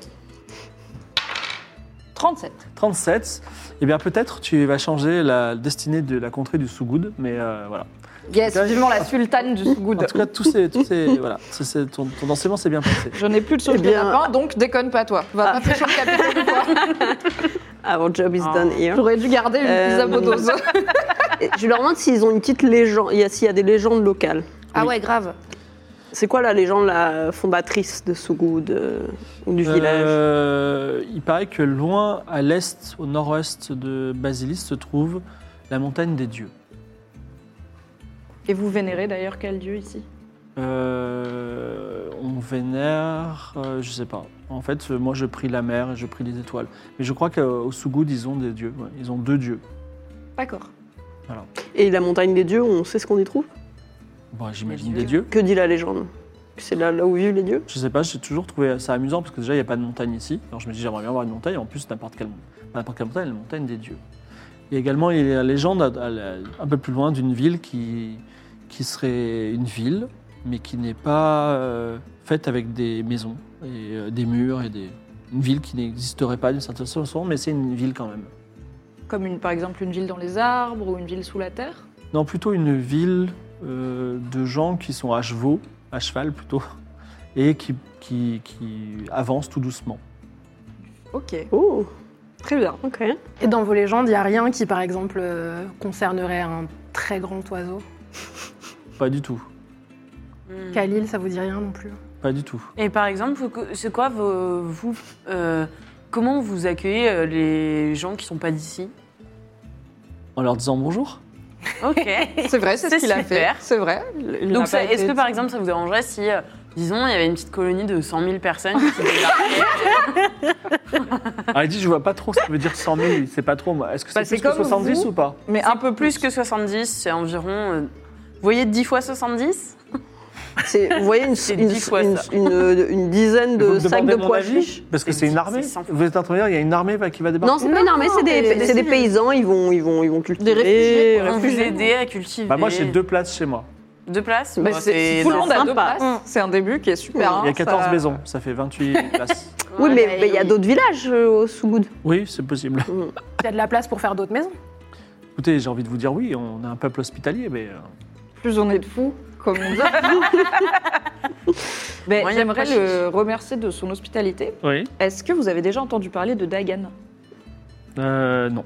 Speaker 5: 37.
Speaker 1: 37. Eh bien, peut-être tu vas changer la destinée de la contrée du Sougoud, mais euh, voilà.
Speaker 5: Yes,
Speaker 1: Ok.
Speaker 5: vivement la sultane du
Speaker 1: En
Speaker 5: Sougoud.
Speaker 1: tout cas, tous ces, tous ces- voilà, c'est- c'est- ton, ton enseignement s'est bien passé.
Speaker 5: J'en ai plus de sauge
Speaker 2: Eh
Speaker 5: des
Speaker 2: bien-
Speaker 5: lapins, donc déconne pas toi. Va pas pêcher le capitaine, toi.
Speaker 2: Our job is done here.
Speaker 5: J'aurais dû garder une
Speaker 2: Euh,
Speaker 5: pizza bodos.
Speaker 2: Et je leur demande s'ils ont une petite légende, il y a- s'il y a des légendes locales.
Speaker 5: Ah ouais, grave.
Speaker 2: C'est quoi la légende la fondatrice de Sougoud euh, ou du village
Speaker 1: Euh, il paraît que loin à l'est, au nord-ouest de Basilis, se trouve la montagne des dieux.
Speaker 5: Et vous vénérez d'ailleurs quel dieu ici
Speaker 1: Euh, on vénère, euh, je sais pas. En fait, euh, moi, je prie la mer et je prie les étoiles. Mais je crois qu'au Sougoud, ils ont des dieux. ouais. Ils ont deux dieux.
Speaker 5: D'accord.
Speaker 2: Et la montagne des dieux, on sait ce qu'on y trouve
Speaker 1: Bon, j'imagine
Speaker 5: Des
Speaker 1: des dieux.
Speaker 2: Que dit la légende Que C'est là, là où vivent les dieux
Speaker 1: Je sais pas, j'ai toujours trouvé ça amusant parce que déjà il n'y a pas de montagne ici. Alors je me dis j'aimerais bien avoir une montagne, en plus n'importe quelle, pas n'importe quelle montagne, la montagne des dieux. Et également il y a la légende à- à la- un peu plus loin d'une ville qui, qui serait une ville, mais qui n'est pas euh, faite avec des maisons et euh, des murs et des... Une ville qui n'existerait pas d'une certaine façon, mais c'est une ville quand même.
Speaker 5: Comme une, par exemple une ville dans les arbres ou une ville sous la terre
Speaker 1: Non, plutôt une ville euh, de gens qui sont à chevaux, à cheval plutôt, et qui, qui, qui avancent tout doucement.
Speaker 5: Ok,
Speaker 2: Oh,
Speaker 5: très *laughs* bien.
Speaker 2: ok.
Speaker 4: Et dans vos légendes, il n'y a rien qui, par exemple, euh, concernerait un très grand oiseau.
Speaker 1: Pas du tout.
Speaker 3: Mm.
Speaker 4: Khalil, ça vous dit rien non plus
Speaker 1: Pas du tout.
Speaker 3: Et par exemple, vous- c'est quoi vos, vous, euh, Comment vous accueillez euh, les gens qui sont pas
Speaker 5: *laughs*
Speaker 3: d'ici
Speaker 1: En leur disant bonjour
Speaker 3: Ok.
Speaker 5: C'est vrai, c'est ce
Speaker 3: C'est
Speaker 5: qu'il a fait.
Speaker 3: super.
Speaker 5: C'est vrai. Il- il n'a
Speaker 3: Donc,
Speaker 5: pas
Speaker 3: ça-
Speaker 5: été-
Speaker 3: est-ce que par exemple, ça vous dérangerait si, euh, disons, il y avait une petite colonie de 100 000 personnes qui débarquaient
Speaker 1: Ah, il dit, je vois pas trop ce que veut dire 100 000, c'est pas trop. moi. Est-ce que c'est
Speaker 5: Bah, c'est
Speaker 1: plus que
Speaker 5: comme
Speaker 1: 70
Speaker 5: vous.
Speaker 1: ou pas
Speaker 5: *laughs* Mais un peu
Speaker 3: Plus que 70, c'est environ. euh, vous voyez 10 fois 70
Speaker 6: C'est- Vous voyez une,
Speaker 3: C'est
Speaker 6: une-
Speaker 3: dix fois
Speaker 6: une-
Speaker 3: ça.
Speaker 6: une- une dizaine
Speaker 1: Vous
Speaker 6: de
Speaker 1: me
Speaker 6: sacs
Speaker 1: demandez
Speaker 6: de
Speaker 1: mon
Speaker 6: pois
Speaker 1: avis
Speaker 6: chiches
Speaker 1: Parce que
Speaker 3: C'est
Speaker 1: c'est une
Speaker 3: dix-
Speaker 1: armée.
Speaker 3: c'est cent fois.
Speaker 1: Vous êtes en train de dire, il y a une armée bah, qui va débarquer
Speaker 6: Non, c'est pas une armée, c'est des, c'est des paysans, ils vont, ils vont, ils vont cultiver. euh,
Speaker 5: réfugiés, quoi.
Speaker 3: Pour vous
Speaker 6: réfugiés.
Speaker 3: aider à cultiver.
Speaker 1: Bah, moi, j'ai deux places chez moi.
Speaker 3: Deux places
Speaker 5: Bah,
Speaker 3: Bon,
Speaker 5: c'est-
Speaker 3: c'est-
Speaker 5: tout le monde a deux
Speaker 2: sympa.
Speaker 5: places. C'est un début qui est super.
Speaker 1: Il y
Speaker 5: hein,
Speaker 1: a 14
Speaker 5: ça-
Speaker 1: maisons, ça fait 28 places.
Speaker 6: Oui,
Speaker 5: Ouais,
Speaker 6: mais mais
Speaker 5: mais
Speaker 6: il y a
Speaker 5: oui.
Speaker 6: d'autres villages euh, au sous-bout.
Speaker 1: Oui, c'est possible.
Speaker 4: Il y a de la place pour faire d'autres maisons.
Speaker 1: Écoutez, j'ai envie de vous dire oui, on a un peuple hospitalier, mais. euh,
Speaker 5: Plus on est de fous, comme on *laughs* dit. Mais
Speaker 3: Moyen
Speaker 5: j'aimerais
Speaker 3: de
Speaker 5: le remercier de son hospitalité.
Speaker 1: Oui.
Speaker 5: Est-ce que vous avez déjà entendu parler de Dagan
Speaker 1: Euh, non.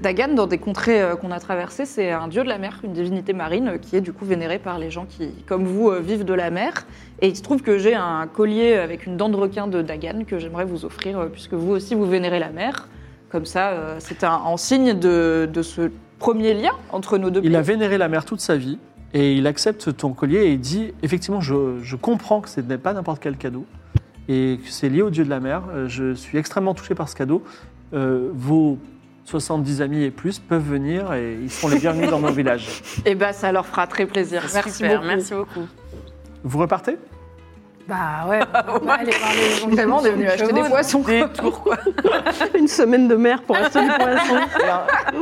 Speaker 5: Dagan, dans des contrées euh, qu'on a traversées, c'est un dieu de la mer, une divinité marine euh, qui est du coup vénérée par les gens qui, comme vous, euh, vivent de la mer. Et il se trouve que j'ai un collier avec une dent de requin de Dagan que j'aimerais vous offrir, euh, puisque vous aussi vous vénérez la mer. Comme ça, euh, c'est un, en signe de, de ce premier lien entre nos deux
Speaker 1: Il
Speaker 5: pays.
Speaker 1: a vénéré la mère toute sa vie et il accepte ton collier et il dit effectivement, je, je comprends que ce n'est pas n'importe quel cadeau et que c'est lié au dieu de la mer. Euh, Je suis extrêmement touché par ce cadeau. Euh, vos 70 amis et plus peuvent venir et ils seront les bienvenus dans mon village.
Speaker 5: Et bah, ça leur fera très plaisir. Merci
Speaker 3: Super,
Speaker 5: beaucoup.
Speaker 3: merci beaucoup.
Speaker 1: Vous repartez
Speaker 4: Bah
Speaker 1: *laughs*
Speaker 4: ouais,
Speaker 1: Ah,
Speaker 4: on va aller voir les gens.
Speaker 5: *laughs* Vraiment, on est venu
Speaker 4: Des
Speaker 5: acheter
Speaker 4: chevaux,
Speaker 5: des
Speaker 4: non
Speaker 5: poissons.
Speaker 6: Une semaine de mer pour un seul poisson.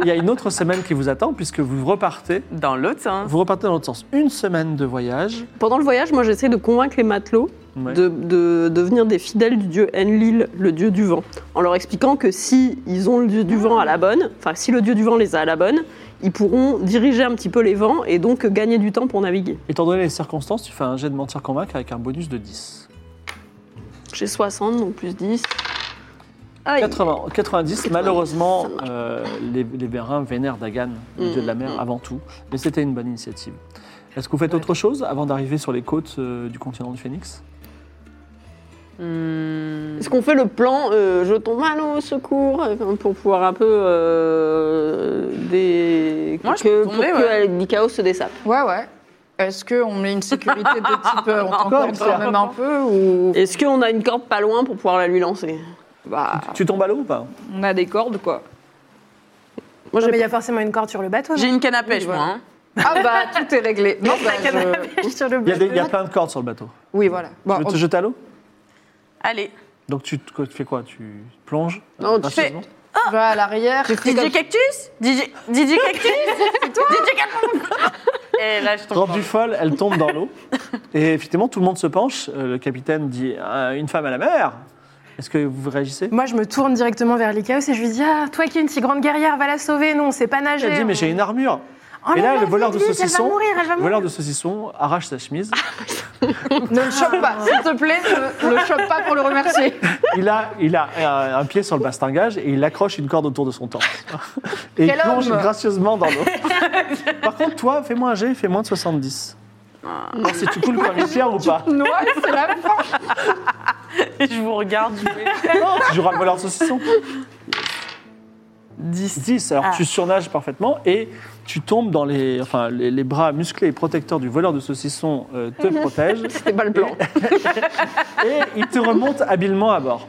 Speaker 1: Il y a une autre semaine qui vous attend puisque vous repartez.
Speaker 3: Dans l'autre sens.
Speaker 1: Vous repartez dans l'autre sens. Une semaine de voyage.
Speaker 6: Pendant le voyage, moi j'essaie de convaincre les matelots
Speaker 1: Ouais.
Speaker 6: de, de devenir des fidèles du dieu Enlil, le dieu du vent, en leur expliquant que si ils ont le dieu du vent à la bonne, enfin si le dieu du vent les a à la bonne, ils pourront diriger un petit peu les vents et donc euh, gagner du temps pour naviguer.
Speaker 1: Étant donné les circonstances, tu fais un jet de mentir convaincre avec un bonus de 10.
Speaker 6: J'ai 60, donc plus 10. Aïe.
Speaker 1: 80, 90, malheureusement,
Speaker 6: ça marche.
Speaker 1: euh, les, les Bérins vénèrent Dagan, le
Speaker 6: Mm,
Speaker 1: dieu de la mer,
Speaker 6: mm.
Speaker 1: avant tout. Mais c'était une bonne initiative. Est-ce que vous faites autre chose avant d'arriver sur les côtes euh, du continent du Phénix
Speaker 3: Hmm.
Speaker 6: Est-ce qu'on fait le plan euh, je tombe à l'eau, secours enfin, pour pouvoir un peu euh, des
Speaker 3: Moi, je
Speaker 6: que,
Speaker 3: peux
Speaker 6: pour
Speaker 3: tomber,
Speaker 6: que
Speaker 3: ouais.
Speaker 6: euh, Nikao se dessape.
Speaker 5: *laughs* Ouais, ouais. Est-ce qu'on met une sécurité de type euh,
Speaker 3: *laughs*
Speaker 5: on t'encorne
Speaker 1: Encore,
Speaker 5: quand même un peu ou
Speaker 6: Est-ce qu'on a une corde pas loin pour pouvoir la lui lancer Ah.
Speaker 5: bah
Speaker 1: Tu tombes à l'eau ou pas
Speaker 5: on a des cordes quoi
Speaker 6: Moi
Speaker 4: Non, mais il
Speaker 6: j'ai
Speaker 4: y a forcément une corde sur le bateau. non
Speaker 3: J'ai une canne à pêche,
Speaker 5: Oui,
Speaker 3: moi.
Speaker 5: voilà.
Speaker 3: hein.
Speaker 5: Ah bah tout est réglé. Non bah, je-
Speaker 4: *laughs* sur le
Speaker 1: il y, a
Speaker 4: bateau.
Speaker 1: des- il y a plein de cordes sur le bateau.
Speaker 5: oui voilà. Bon,
Speaker 6: Ah,
Speaker 1: tu veux
Speaker 5: on-
Speaker 1: te jeter à l'eau
Speaker 3: Allez,
Speaker 1: Donc tu, te- tu fais quoi Tu plonges
Speaker 6: Non, tu
Speaker 1: gracieusement
Speaker 5: on va à l'arrière.
Speaker 3: DJ Cactus DJ, DJ Cactus C'est *laughs* toi DJ Cactus Et là, je tombe.
Speaker 1: Rendue folle, elle tombe dans
Speaker 6: *laughs*
Speaker 1: l'eau. Et effectivement, tout le monde se penche. Euh, Le capitaine dit Ah, Une femme à la mer Est-ce que vous réagissez
Speaker 4: Moi, je me tourne directement vers Lycaos et je lui dis Ah, toi qui es une si grande guerrière, va la sauver. Non, on sait pas nager.
Speaker 1: Elle dit Mais j'ai une armure
Speaker 6: Ah.
Speaker 4: Oh
Speaker 1: Et là,
Speaker 4: là,
Speaker 1: le voleur de
Speaker 4: vite, vite,
Speaker 1: saucisson-
Speaker 4: Elle va mourir, elle va
Speaker 1: Le
Speaker 4: mourir.
Speaker 1: voleur de saucisson arrache sa chemise.
Speaker 5: Ne le chope pas, s'il te plaît, ne le chope pas pour le remercier.
Speaker 1: Il a, il a euh, un pied sur le bastingage et il accroche une corde autour de son torse. Et
Speaker 5: Quel
Speaker 1: il plonge
Speaker 5: homme
Speaker 1: gracieusement
Speaker 5: *laughs*
Speaker 1: dans l'eau. Par contre, toi, fais-moi un jet, fais moins de 70.
Speaker 5: Ah.
Speaker 1: Alors, si tu coules comme une pierre ou pas.
Speaker 3: *laughs*
Speaker 5: Noix, c'est la fin.
Speaker 3: Je vous regarde jouer.
Speaker 1: Tu joueras le voleur de saucisson. 10. 10.
Speaker 5: Ah.
Speaker 1: Alors, tu surnages parfaitement et tu tombes dans les... Enfin, les, les bras musclés et protecteurs du voleur de saucisson euh,
Speaker 5: *laughs*
Speaker 1: te protègent.
Speaker 6: c'était pas le plan.
Speaker 1: Et il te remonte habilement à bord.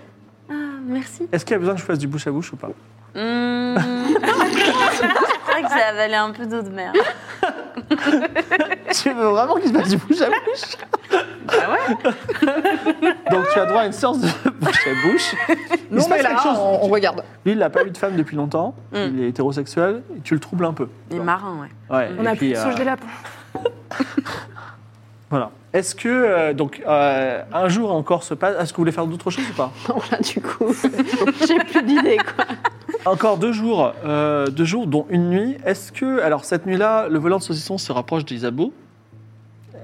Speaker 5: Ah,
Speaker 3: Merci.
Speaker 1: Est-ce qu'il y a besoin que je fasse du bouche à bouche ou pas
Speaker 3: Hmm. Je crois que j'ai avalé un peu d'eau de mer.
Speaker 1: *laughs* Tu veux vraiment qu'il se passe du bouche à bouche
Speaker 5: Bah
Speaker 1: *laughs* Donc tu as droit à une séance de *laughs* bouche à bouche. Il
Speaker 5: Non
Speaker 1: se passe
Speaker 5: mais là,
Speaker 1: quelque chose.
Speaker 5: on, Hmm. on regarde.
Speaker 1: Lui, il n'a pas eu de femme depuis longtemps. Il est hétérosexuel. Et tu le troubles un peu.
Speaker 3: Les marins, ouais.
Speaker 1: Ouais,
Speaker 4: On
Speaker 1: et
Speaker 4: a
Speaker 1: puis,
Speaker 4: plus de
Speaker 1: euh,
Speaker 4: sauge
Speaker 1: *clears throat*
Speaker 4: des lapins.
Speaker 1: Voilà. Est-ce que euh, donc euh, un jour encore se passe Est-ce que vous voulez faire d'autres choses ou pas
Speaker 6: Non, là, du coup, *laughs* j'ai plus d'idée. quoi.
Speaker 1: Encore deux jours, euh, deux jours dont une nuit. Est-ce que alors cette nuit-là, le volant de saucisson se rapproche d'Isabeau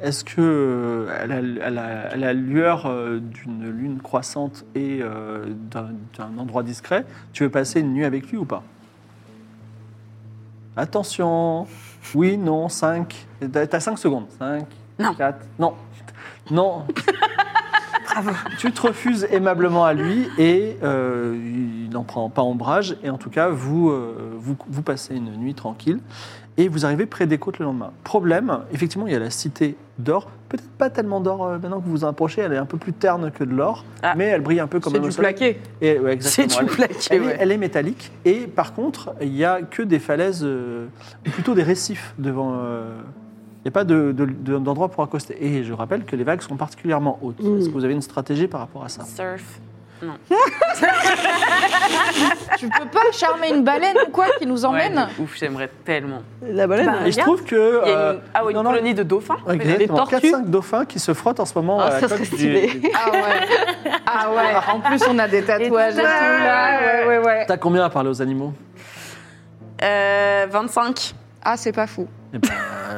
Speaker 1: Est-ce que euh, elle a, elle a- elle a la lueur euh, d'une lune croissante et euh, d'un d'un endroit discret Tu veux passer une nuit avec lui ou pas Attention Oui, non, 5. T'as 5 secondes. 5,
Speaker 3: Non.
Speaker 1: 4, non. Non,
Speaker 4: Bravo.
Speaker 1: Tu te refuses aimablement à lui et euh, il n'en prend pas ombrage. Et en tout cas, vous, euh, vous, vous passez une nuit tranquille et vous arrivez près des côtes le lendemain. Problème, effectivement, il y a la cité d'or. Peut-être pas tellement d'or euh, maintenant que vous vous en approchez. Elle est un peu plus terne que de l'or,
Speaker 3: Ah.
Speaker 1: mais elle brille un peu comme
Speaker 5: C'est
Speaker 1: un
Speaker 5: du
Speaker 1: soleil.
Speaker 5: plaqué.
Speaker 1: Et- ouais,
Speaker 3: C'est
Speaker 1: exactement.
Speaker 3: du
Speaker 1: Elle-
Speaker 3: plaqué,
Speaker 1: elle, est,
Speaker 3: ouais.
Speaker 1: elle est métallique et par contre, il n'y a que des falaises, euh, ou plutôt des récifs devant. euh, il n'y a pas de- de- de- d'endroit pour accoster. Et je rappelle que les vagues sont particulièrement hautes.
Speaker 3: Hmm.
Speaker 6: Mmh.
Speaker 1: Est-ce que vous avez une stratégie par rapport à ça
Speaker 3: Surf.
Speaker 5: Tu peux pas charmer une baleine ou quoi qui nous emmène
Speaker 3: Ouais, de ouf, j'aimerais tellement.
Speaker 6: La baleine
Speaker 3: Bah,
Speaker 1: Et je trouve que.
Speaker 3: Ah, Il y a
Speaker 1: euh,
Speaker 3: une, ah ouais, une
Speaker 1: non, non,
Speaker 3: colonie de dauphins
Speaker 1: ouais,
Speaker 3: peut-être
Speaker 1: exactement,
Speaker 6: tortues.
Speaker 1: 4-5 dauphins qui se frottent en ce moment.
Speaker 6: Ah,
Speaker 1: à la
Speaker 6: ça serait
Speaker 1: coque du-
Speaker 6: stylé.
Speaker 3: *laughs*
Speaker 1: du-
Speaker 5: Ah ouais. Ah ouais. En plus, on a des tatouages et tout là. Ouais, ouais, ouais.
Speaker 1: T'as combien à parler aux animaux
Speaker 3: Euh, 25.
Speaker 5: Ah, c'est pas fou.
Speaker 1: Eh ben,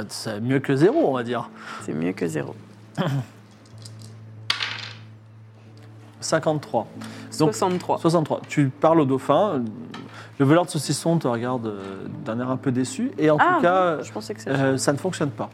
Speaker 1: C'est mieux que zéro, on va dire.
Speaker 3: C'est mieux que zéro.
Speaker 1: 53. Donc,
Speaker 3: 63.
Speaker 1: 63. Tu parles au dauphin. Le voleur de saucisson te regarde euh, d'un air un peu déçu. Et en
Speaker 3: ah,
Speaker 1: tout cas,
Speaker 3: bon, je pensais que c'était.
Speaker 1: euh, ça ne fonctionne pas.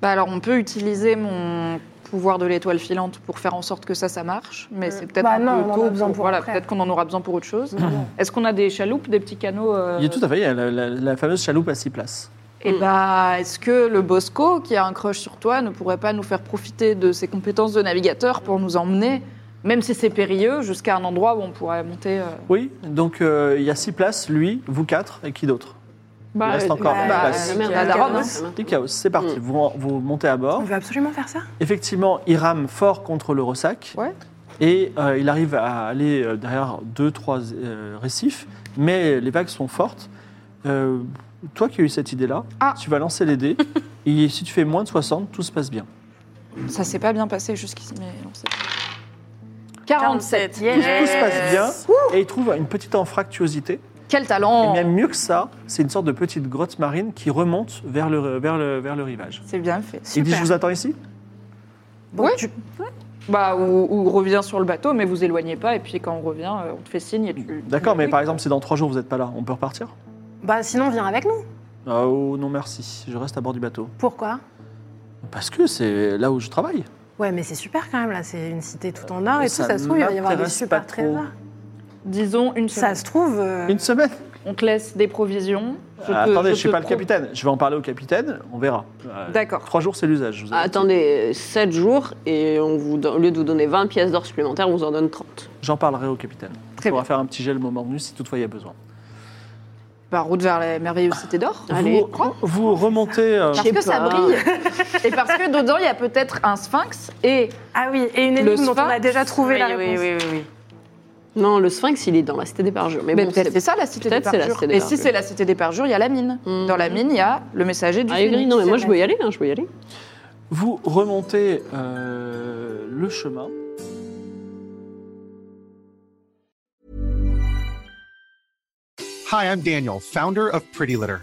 Speaker 5: Bah alors, on peut utiliser mon pouvoir de l'étoile filante pour faire en sorte que ça, ça marche, mais c'est peut-être
Speaker 4: Bah
Speaker 5: un
Speaker 4: non,
Speaker 5: peu
Speaker 4: on en a
Speaker 5: tôt
Speaker 4: besoin pour
Speaker 5: voilà,
Speaker 4: après.
Speaker 5: peut-être qu'on en aura besoin pour autre chose. Est-ce qu'on a des chaloupes, des petits canots euh,
Speaker 1: Mm. Il y a tout à fait il y a la, la- la fameuse chaloupe à six places.
Speaker 5: Et bah, est-ce que le Bosco, qui a un crush sur toi, ne pourrait pas nous faire profiter de ses compétences de navigateur pour nous emmener, même si c'est périlleux, jusqu'à un endroit où on pourrait monter euh,
Speaker 1: Oui, donc euh, il y a six places, lui, vous quatre et qui d'autre
Speaker 5: Bah, Mm.
Speaker 1: Il reste
Speaker 5: euh,
Speaker 1: encore
Speaker 4: bah,
Speaker 1: une
Speaker 4: bah,
Speaker 1: place.
Speaker 4: euh,
Speaker 5: la daronne,
Speaker 1: Et chaos, c'est parti. Vous, vous montez à bord.
Speaker 4: On veut absolument faire ça
Speaker 1: Effectivement, il rame fort contre le ressac.
Speaker 5: Ouais.
Speaker 1: Et euh, il arrive à aller euh, derrière deux, trois euh, récifs, mais les vagues sont fortes. Euh, toi qui as eu cette idée-là,
Speaker 5: Ah.
Speaker 1: tu vas lancer les dés. et si tu fais moins de 60, tout se passe bien.
Speaker 5: Ça s'est pas bien passé jusqu'ici, mais on sait.
Speaker 3: 47.
Speaker 1: Tout se passe bien. Et il trouve une petite anfractuosité.
Speaker 5: Quel
Speaker 1: Et
Speaker 5: talent
Speaker 1: même mieux que ça, c'est une sorte de petite grotte marine qui remonte vers le, vers le, vers le rivage.
Speaker 5: C'est bien fait.
Speaker 1: Il dit Je vous attends ici
Speaker 5: Ouais. Bah, ou, ou reviens sur le bateau, mais vous éloignez pas, et puis quand on revient, euh, on te fait signe et tu.
Speaker 1: D'accord,
Speaker 5: tu
Speaker 1: mais
Speaker 5: nous
Speaker 1: par
Speaker 5: expliques.
Speaker 1: exemple, si dans trois jours vous n'êtes pas là, on peut repartir
Speaker 4: Bah sinon, viens avec nous.
Speaker 1: Ah, Oh non, merci, je reste à bord du bateau.
Speaker 4: Pourquoi
Speaker 1: Parce que c'est là où je travaille.
Speaker 4: Ouais, mais c'est super quand même, là. C'est une cité tout en or et tout.
Speaker 1: Ça
Speaker 4: Ça se trouve, il va y avoir des
Speaker 1: m'intéresse
Speaker 4: super
Speaker 1: pas trop.
Speaker 4: trésors.
Speaker 5: Disons une
Speaker 4: Ça
Speaker 5: semaine.
Speaker 4: se trouve. euh,
Speaker 1: Une semaine
Speaker 5: On te laisse des provisions. Je
Speaker 1: Ah,
Speaker 5: te-
Speaker 1: Attendez, je
Speaker 5: je
Speaker 1: ne suis
Speaker 5: te
Speaker 1: pas le
Speaker 5: pro-
Speaker 1: capitaine. Je vais en parler au capitaine, on verra. Euh,
Speaker 5: D'accord.
Speaker 1: Trois jours, c'est l'usage. je vous
Speaker 2: Ah,
Speaker 1: avais dit.
Speaker 6: Attendez 7 jours et on vous, don- au lieu de vous donner 20 pièces d'or supplémentaires, on vous en donne 30.
Speaker 1: J'en parlerai au capitaine.
Speaker 5: Très
Speaker 1: on va
Speaker 5: bien.
Speaker 1: faire un petit gel moment venu si toutefois il y a besoin.
Speaker 5: Par route vers la merveilleuse cité d'or.
Speaker 6: Allez.
Speaker 1: vous, vous remontez. euh,
Speaker 5: Parce que ça
Speaker 6: pas.
Speaker 5: brille. et parce que dedans, il y a peut-être un sphinx. Et
Speaker 4: Ah oui, et une
Speaker 5: Le
Speaker 4: énigme dont on a
Speaker 5: sphinx
Speaker 4: déjà trouvé
Speaker 3: oui,
Speaker 4: la
Speaker 3: oui,
Speaker 4: réponse.
Speaker 3: oui, oui, oui.
Speaker 6: Non, le sphinx, il est dans la cité des parjures. Mais,
Speaker 5: Mais
Speaker 6: bon,
Speaker 5: peut-être
Speaker 6: c'est
Speaker 5: c'est ça la cité des
Speaker 6: peut-être c'est la
Speaker 5: parjures.
Speaker 6: cité des
Speaker 5: Et si
Speaker 6: parjures.
Speaker 5: c'est la cité des parjures, il y a la mine.
Speaker 6: Hmm.
Speaker 5: Dans la mine, il y a le messager du
Speaker 6: Ah, Aigri,
Speaker 5: phénix.
Speaker 6: non, mais moi je peux y aller, hein, je peux y aller.
Speaker 1: Vous remontez euh, le chemin.
Speaker 7: Hi, I'm Daniel, founder of Pretty Litter.